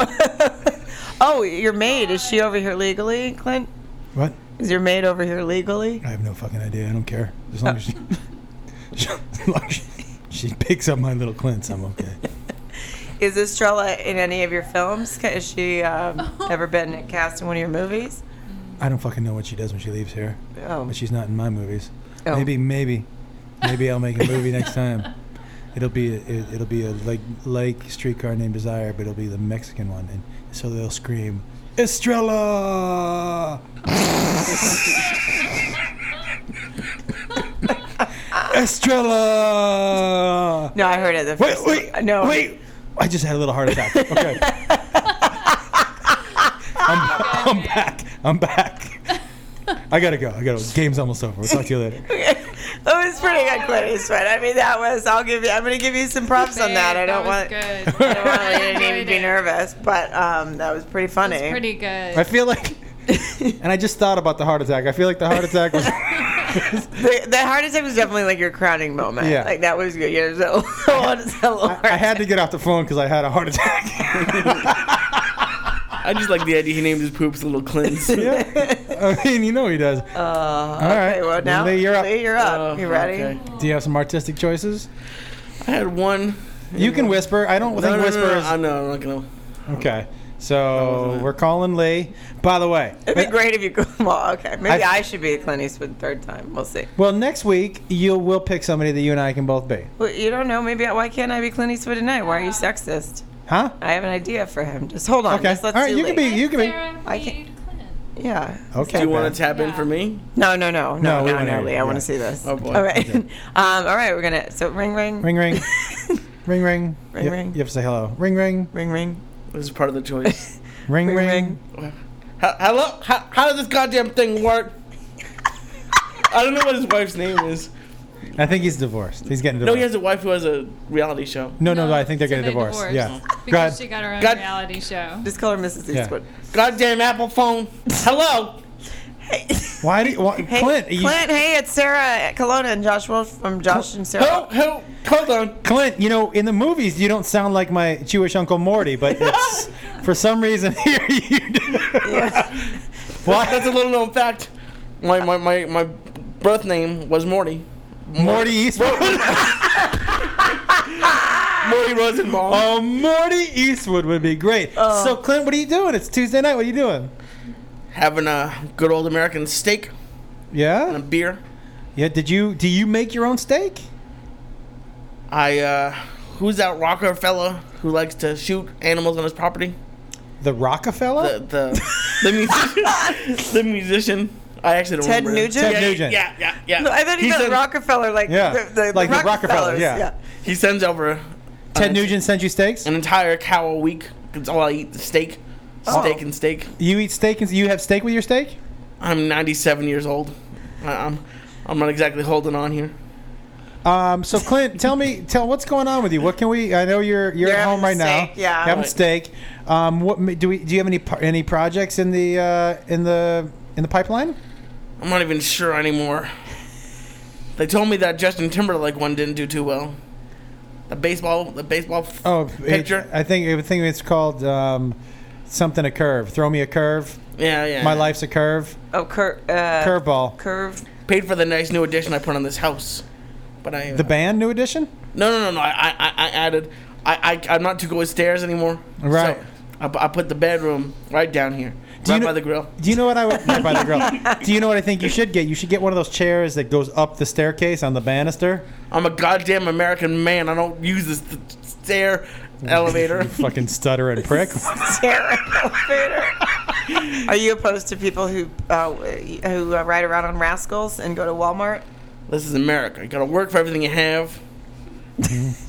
[LAUGHS] oh, your maid. Is she over here legally, Clint? What? Is your maid over here legally? I have no fucking idea. I don't care. As long as she, [LAUGHS] as long as she, she picks up my little Clint's, I'm okay. Is Estrella in any of your films? Ca- Has she [LAUGHS] um, ever been cast in one of your movies? I don't fucking know what she does when she leaves here, Oh, but she's not in my movies. Oh. Maybe, maybe, maybe I'll make a movie [LAUGHS] next time. It'll be a, it, it'll be a like like streetcar named Desire, but it'll be the Mexican one, and so they'll scream [LAUGHS] Estrella. Estrella. no, I heard it the Wait, first. wait, no, wait. I just had a little heart attack. [LAUGHS] Okay. I'm, I'm back. I'm back. I gotta go. I gotta. Game's almost over. We'll talk to you later. it was pretty good, Clint Eastwood. I mean, that was. I'll give you. I'm gonna give you some props on that. I don't want. Good. [LAUGHS] I don't want you to even be Enjoyed it. nervous, but um, that was pretty funny. It's pretty good. I feel like, [LAUGHS] and I just thought about the heart attack. I feel like the heart attack was. The, the heart attack was definitely like your crowning moment. Yeah. Like that was good. You're so, [LAUGHS] so I had to get off the phone because I had a heart [LAUGHS] attack. I just like the idea he named his poops little Clint's. yeah. I mean, you know he does. Uh, All right. Okay, well, now Lee, you're up. Lee, you're up. Oh, Uh, you ready? okay. Do you have some artistic choices? I had one. You can whisper. I don't No, think no, no, whisper no, is. I know. I'm not gonna. Okay. wasn't So it. we're calling Lee. By the way, It'd be great if you go. Well, okay. Maybe I- I, should be Clint Eastwood third time. We'll see. well, next week you'll we'll pick somebody that you and I can both be. Well, you don't know. Maybe I- why can't I be Clint Eastwood tonight? Why are you sexist? Huh? I have an idea for him. Just hold on. Okay. Just let's All right, do you can Lee. be. You can be. Sarah I can't- Reed Clinton. Yeah. Okay. Do you want Beth. to tap in for me? No, no, no, no, No, we no, no, wanna hear Lee. it. I Yeah. want to see this. Oh, boy. All right. Okay. [LAUGHS] um, all right. We're gonna. So ring, ring, Ring ring. ring ring. Ring, You- ring. You have to say hello. Ring ring. [LAUGHS] ring, ring. This is part of the choice. [LAUGHS] Ring Ring, ring. ring. how, hello? How, how does this goddamn [LAUGHS] thing work? I don't know what his wife's name is. I think he's divorced. He's getting No, divorced. he has a wife who has a reality show. no, Oh, no, no, I think they're so getting they divorced. divorced. Yeah. Go Because she ahead. got her own God- reality show. Just call her Mrs. Yeah. Eastwood. Goddamn Apple phone. Hello. Hey. [LAUGHS] Why do you, why, Hey, Clint? you- Clint, hey, it's Sarah Colonna and Josh Wolf from Josh and Who? Sarah. Who? Hold on. Clint, you know, in the movies, you don't sound like my Jewish Uncle Morty, [LAUGHS] but it's, for some reason [LAUGHS] here you do. That's a little known fact. My my my, my birth name was Morty. Morty Eastwood. Morty Rosenbaum. Oh, Morty Eastwood would be great. Oh. so, Clint, what are you doing? It's Tuesday night. What are you doing? Having a good old American steak and a Yeah, beer. yeah. Did you do you make your own steak? I, uh, who's that rocker fella who likes to shoot animals on his property? The Rockefeller. The, the, the, musician, [LAUGHS] the musician. I actually don't Ted remember. his- Nugent? Yeah, Ted yeah, Nugent. Yeah, yeah, yeah. No, I thought he, He meant said- Rockefeller, like Yeah, the, the, like the Rockefellers. Rockefellers, yeah. He sends over Ted an- Nugent sends you steaks. an entire cow a week. That's all I eat: steak, Oh. steak, and steak. You eat steak and you have steak with your steak. I'm 97 years old. I- I'm I'm not exactly holding on here. Um, so Clint, tell me, tell what's going on with you. What can we? I know you're you're, You're at home right having now. steak, yeah. You're having Right. steak. Um, what ma- do we? Do you have any par- any projects in the uh, in the in the pipeline? I'm not even sure anymore. They told me that Justin Timberlake one didn't do too well. The baseball, the baseball f- Oh, it- picture. I think I think it's called um, something a curve. Throw me a curve. yeah, yeah. My yeah. life's a curve. Oh, cur- uh, Curveball. Curve. Paid for the nice new addition I put on this house, but I The band, new edition. No, no, no, no. I, I, I added. I, I, I'm not too good with stairs anymore. Right. So I, pu- I put the bedroom right down here, Do you right know- by the grill. Do you know what I would not by the grill? Do you know what I think you should get? You should get one of those chairs that goes up the staircase on the banister. I'm a goddamn American man. I don't use this th- stair elevator. Fucking stuttering prick. Terror elevator. [LAUGHS] Are you opposed to people who uh, who uh, ride around on rascals and go to Walmart? this is America. You gotta work for everything you have.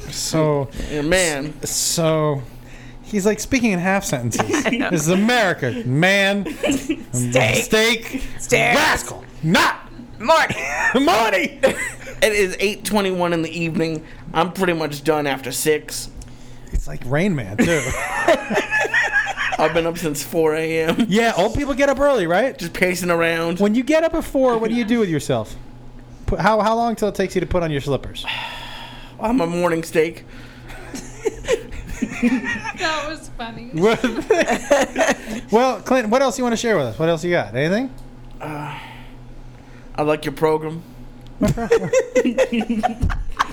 So You're a man. so he's like speaking in half sentences. This is America, man. Steak. Steak. Stairs. Rascal. Not [LAUGHS] Morty. money. It is 8:21 in the evening. I'm pretty much done after six. It's like Rain Man too. I've been up since 4 a.m. [LAUGHS] yeah, old people get up early, right? Just pacing around. When you get up at four, what do you do with yourself? Put, how how long till it takes you to put on your slippers? I'm a morning steak. That was funny. well, Clint, what else you want to share with us? What else you got? Anything? I like your program.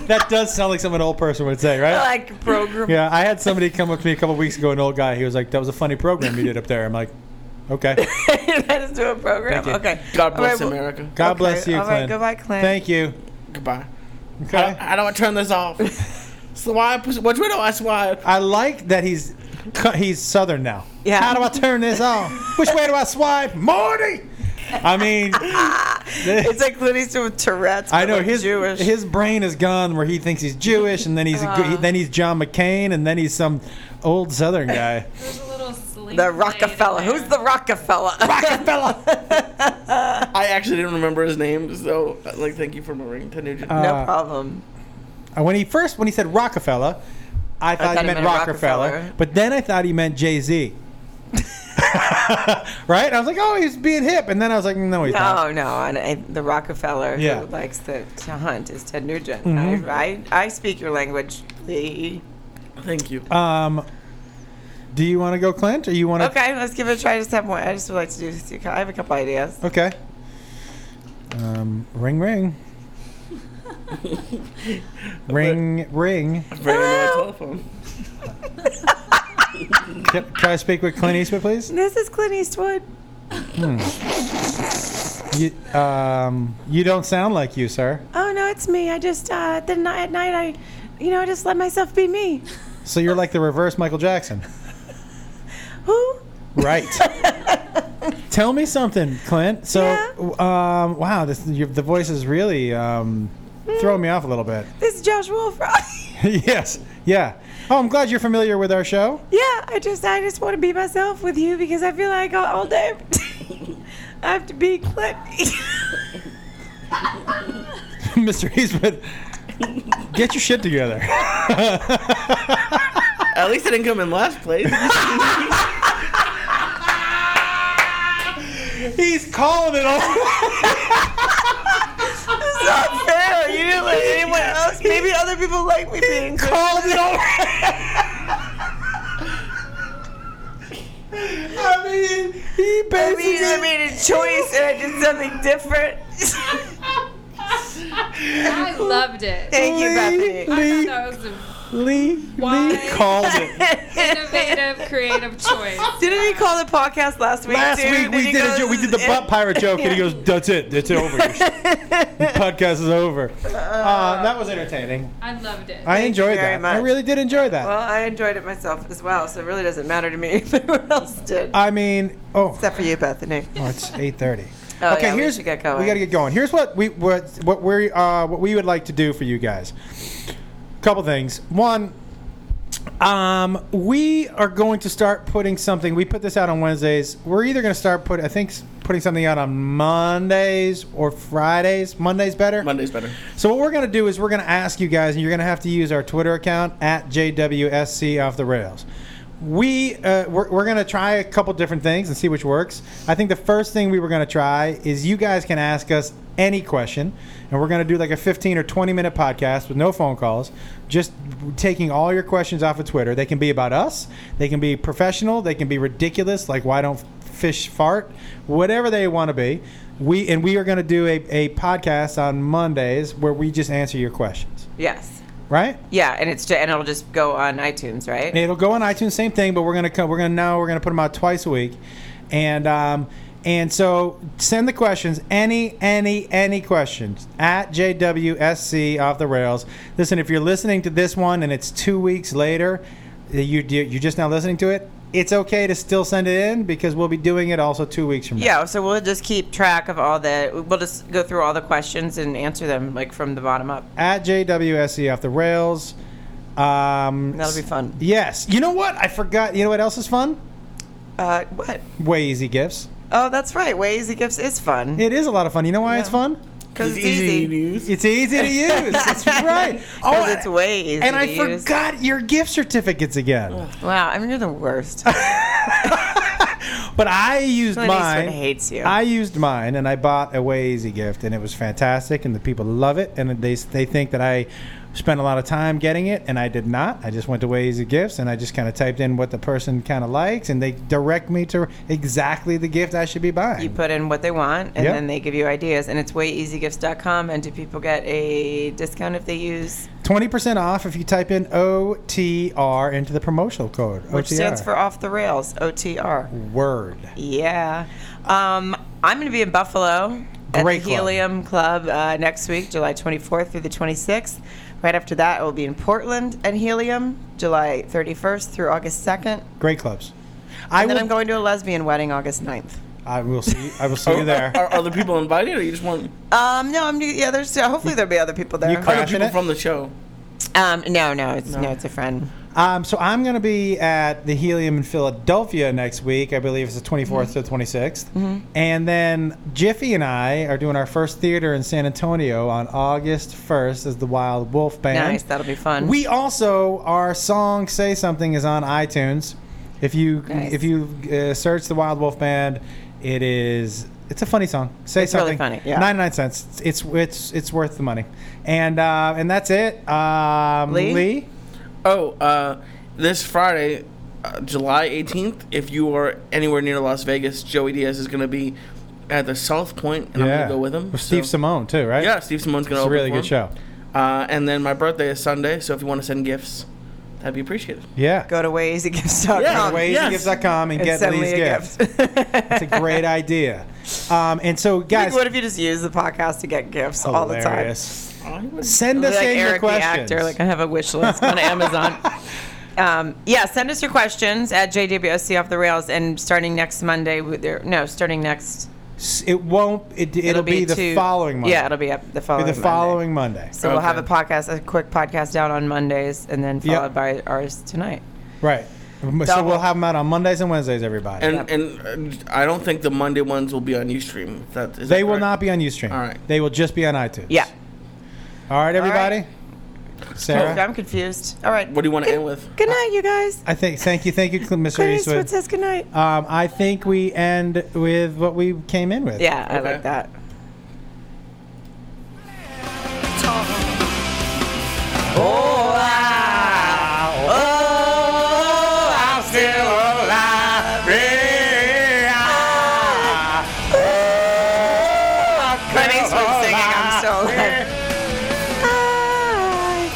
That does sound like something an old person would say, right? like program. Yeah, I had somebody come up to me a couple weeks ago, an old guy. He was like, "That was a funny program you did up there." I'm like, "Okay." [LAUGHS] that is to a program. Thank you. Okay. God bless All right, well- America. God Okay, bless you, all Clint. right, goodbye, Clint. Thank you. Goodbye. Okay. How, how do I turn this off? [LAUGHS] Swipe. Which way do I swipe? I like that he's cu- he's southern now. Yeah. How do I turn this [LAUGHS] on? Which way do I swipe, Morty? I mean, It's like Clint Eastwood with Tourette's. I but, know like, his Jewish. Uh. his brain is gone where he thinks he's Jewish, and then he's a good then he's John McCain, and then he's some old southern [LAUGHS] guy. There's a little sling blade the in Rockefeller. there. Who's the Rockefeller? I actually didn't remember his name, so like, thank you for remembering Ted [LAUGHS] Nugent. [LAUGHS] no Uh, problem. And when he first when he said Rockefeller, I thought, he meant, Rockefeller, Rockefeller. but then I thought he meant Jay [LAUGHS] Z. [LAUGHS] right? I was like, oh, he's being hip, and then I was like, no, he's not. No, Oh, no, and I, the Rockefeller Yeah. who likes the, to hunt is Ted Nugent. Mm-hmm. I, I, I speak your language. Lee. thank you. Um, do you want to go, Clint, or you want to? Okay, let's give it a try. I just have one. I just would like to do. I have a couple ideas. Okay. Um, ring, ring. ring, ring. Very annoying Hello? telephone. Can, can I speak with Clint Eastwood, please? [LAUGHS] This is Clint Eastwood. You, um, you don't sound like you, sir. Oh no, it's me. I just uh, the night at night I, you know, I just let myself be me. So you're like the reverse Michael Jackson. Who? Right. Tell me something, Clint. So, Yeah. um, wow, this, your, the voice is really um, throwing me off a little bit. [LAUGHS] This is Josh [LAUGHS] Wolfrock. yes. Yeah. Oh, I'm glad you're familiar with our show. yeah, I just I just want to be myself with you because I feel like all, all day [LAUGHS] I have to be Clint. [LAUGHS] Mr. Eastwood, get your shit together. At least I didn't come in last [LAUGHS] place. [LAUGHS] He's calling it [LAUGHS] all. It's not fair. You didn't let anyone else. Maybe other people like me being called it over. I mean, he I mean, I made a choice and I did something different. I loved it. Thank you, Bethany. I Lee, thought that was a Lee, Lee Why? called [LAUGHS] it. Innovative, creative choice. [LAUGHS] Didn't we call the podcast last week? Last too? week Then we he did a goes, joke. We did the butt pirate joke, and he goes, "That's it. That's over. [LAUGHS] Your sh- podcast is over." Uh, that was entertaining. I loved it. I enjoyed that. very I much. really did enjoy that. Well, I enjoyed it myself as well, so it really doesn't matter to me [LAUGHS] if anyone else did. I mean, oh, Except for you, Bethany. Oh, it's eight thirty. Oh, okay, yeah, we here's should get going. We gotta get going. Here's what we what what we uh, what we would like to do for you guys. Couple things. One, um, we are going to start putting something. We put this out on Wednesdays. We're either gonna start put I think s- putting something out on Mondays or Fridays. Mondays better. Monday's better. So what we're going to do is we're going to ask you guys, and you're going to have to use our Twitter account at JWSC off the rails. We uh, we're, we're going to try a couple different things and see which works. I think the first thing we were going to try is you guys can ask us any question, and we're going to do like a 15 or 20 minute podcast with no phone calls, just taking all your questions off of Twitter. They can be about us, they can be professional, they can be ridiculous, like why don't fish fart, whatever they want to be. We and we are going to do a, a podcast on Mondays where we just answer your questions, Yes. right? Yeah, and it's ju- and it'll just go on iTunes, right? And it'll go on iTunes, same thing, but we're gonna come, we're gonna now we're gonna put them out twice a week, and um, and so send the questions, any any any questions at JWSC off the rails. Listen, if you're listening to this one and it's two weeks later, you you- you're just now listening to it. It's okay to still send it in because we'll be doing it also two weeks from now. Yeah, so we'll just keep track of all the. We'll just go through all the questions and answer them like from the bottom up. at JWSE E off the rails. Um, That'll be fun. Yes. You know what? I forgot. You know what else is fun? Uh, what? Way easy gifts. Oh, that's right. Way Easy Gifts is fun It is a lot of fun. You know why it's Yeah. fun? because it's to easy. use. It's easy [LAUGHS] to use. That's right. Because it's way easy. Oh, and I to use. forgot your gift certificates again. Wow, I mean you're the [LAUGHS] worst. But I used Clint Eastwood mine. hates you. I used mine, and I bought a way easy gift, and it was fantastic, and the people love it, and they they think that I spent a lot of time getting it, and I did not. I just went to way easy gifts, and I just kind of typed in what the person kind of likes, and they direct me to exactly the gift I should be buying. you put in what they want, and Yep. then they give you ideas. And it's wayeasygifts.com. And do people get a discount if they use Twenty percent off if you type in OTR into the promotional code. which OTR. stands for off the rails OTR? word. Yeah. Um, I'm going to be in Buffalo at Great the club. Helium Club uh, next week, July 24th through the 26th. Right after that, I will be in Portland at Helium, July 31st through August 2nd. Great clubs. And I then will. I'm going to a lesbian wedding August 9th. I will see. I will see [LAUGHS] Oh. you Are, there. are other people invited, or you just want Um, no, I'm yeah. There's hopefully there'll be other people there. You other Crashing people it? from the show? Um, no, no, it's no, it's a friend. Um, so I'm going to be at the Helium in Philadelphia next week. I believe it's the 24th Mm-hmm. to the 26th. And then Jiffy and I are doing our first theater in San Antonio on August 1st as the Wild Wolf Band. Nice, that'll be fun. We also our song "Say Something" is on iTunes. If you Nice. if you uh, search the Wild Wolf Band, it is it's a funny song. Say It's really something. funny, yeah. Ninety nine cents. It's it's it's worth the money. And uh, and that's it. Um, Lee? Lee? Oh, uh, this Friday, uh, July 18th, if you are anywhere near Las Vegas, Joey Diaz is going to be at the South Point, and I'm going to go with him. With Steve So- Simone too, right? Yeah, Steve Simone's going It's to a open really for good him. show. Uh, and then my birthday is Sunday, so if you want to send gifts, that'd be appreciated. Yeah. Go to wayeasygifts.com. Yeah, Go to Yes. waysgifts.com and and get send Lee's me a gift. It's a [LAUGHS] great idea. Um, and so, Like, guys, what if you just use the podcast to get gifts all the time? hilarious. I would- Send us like in your Eric the questions. actor. Like I have a wish list on [LAUGHS] Amazon. Um, yeah, send us your questions at JWSC off the rails. And starting next Monday, we- there- no, starting next, S- It won't. It, it'll, be, the two- following Monday. Yeah, it'll be up the following. the Monday. following Monday. So we'll have a Okay. podcast, a quick podcast down on Mondays, and then Yep. followed by ours tonight. Right. So Double. we'll have them out on Mondays and Wednesdays, everybody. And, and uh, I don't think the Monday ones will be on Ustream. if That, is they that will correct? not be on Ustream. All right. They will just be on iTunes. Yeah, All right, everybody. Sarah, I'm confused. All right. What do you want to end with? Good night, you guys. I think. Thank you, thank you, Cl- Mr. Clint Eastwood Eastwood. says good night. Um, I think we end with what we came in with. Yeah, I Okay. like that. Oh, Oh, Oh, Clint Eastwood singing, I'm so alive. I-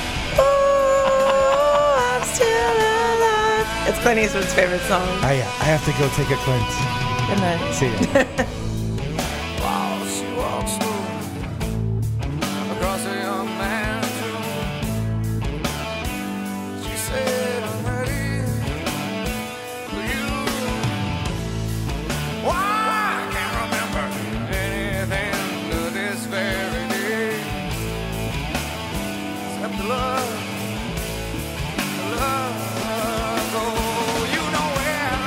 oh, Clint Eastwood's favorite song. I, I have to go take a Clint. Good night. See ya. [LAUGHS] While she walks slow across a young man's room, she said, "I'm ready for you." Why I can't remember anything to this very day, except the love, the love. Oh, you know where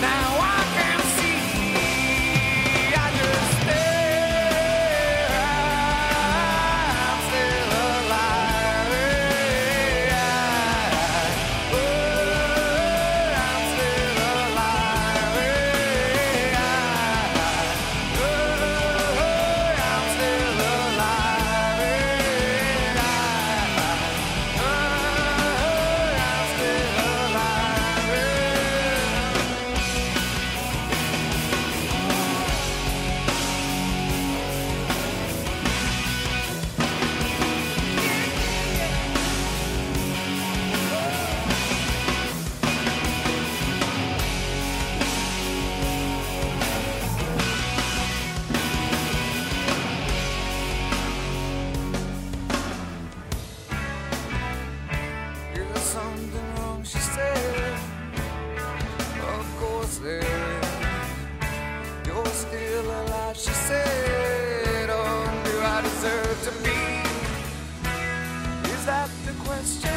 now I can see. I just stare. I'm still alive. I'm still alive. I'm still alive. There's something wrong, she said. Of course there is. You're still alive, she said. Oh, do I deserve to be? Is that the question?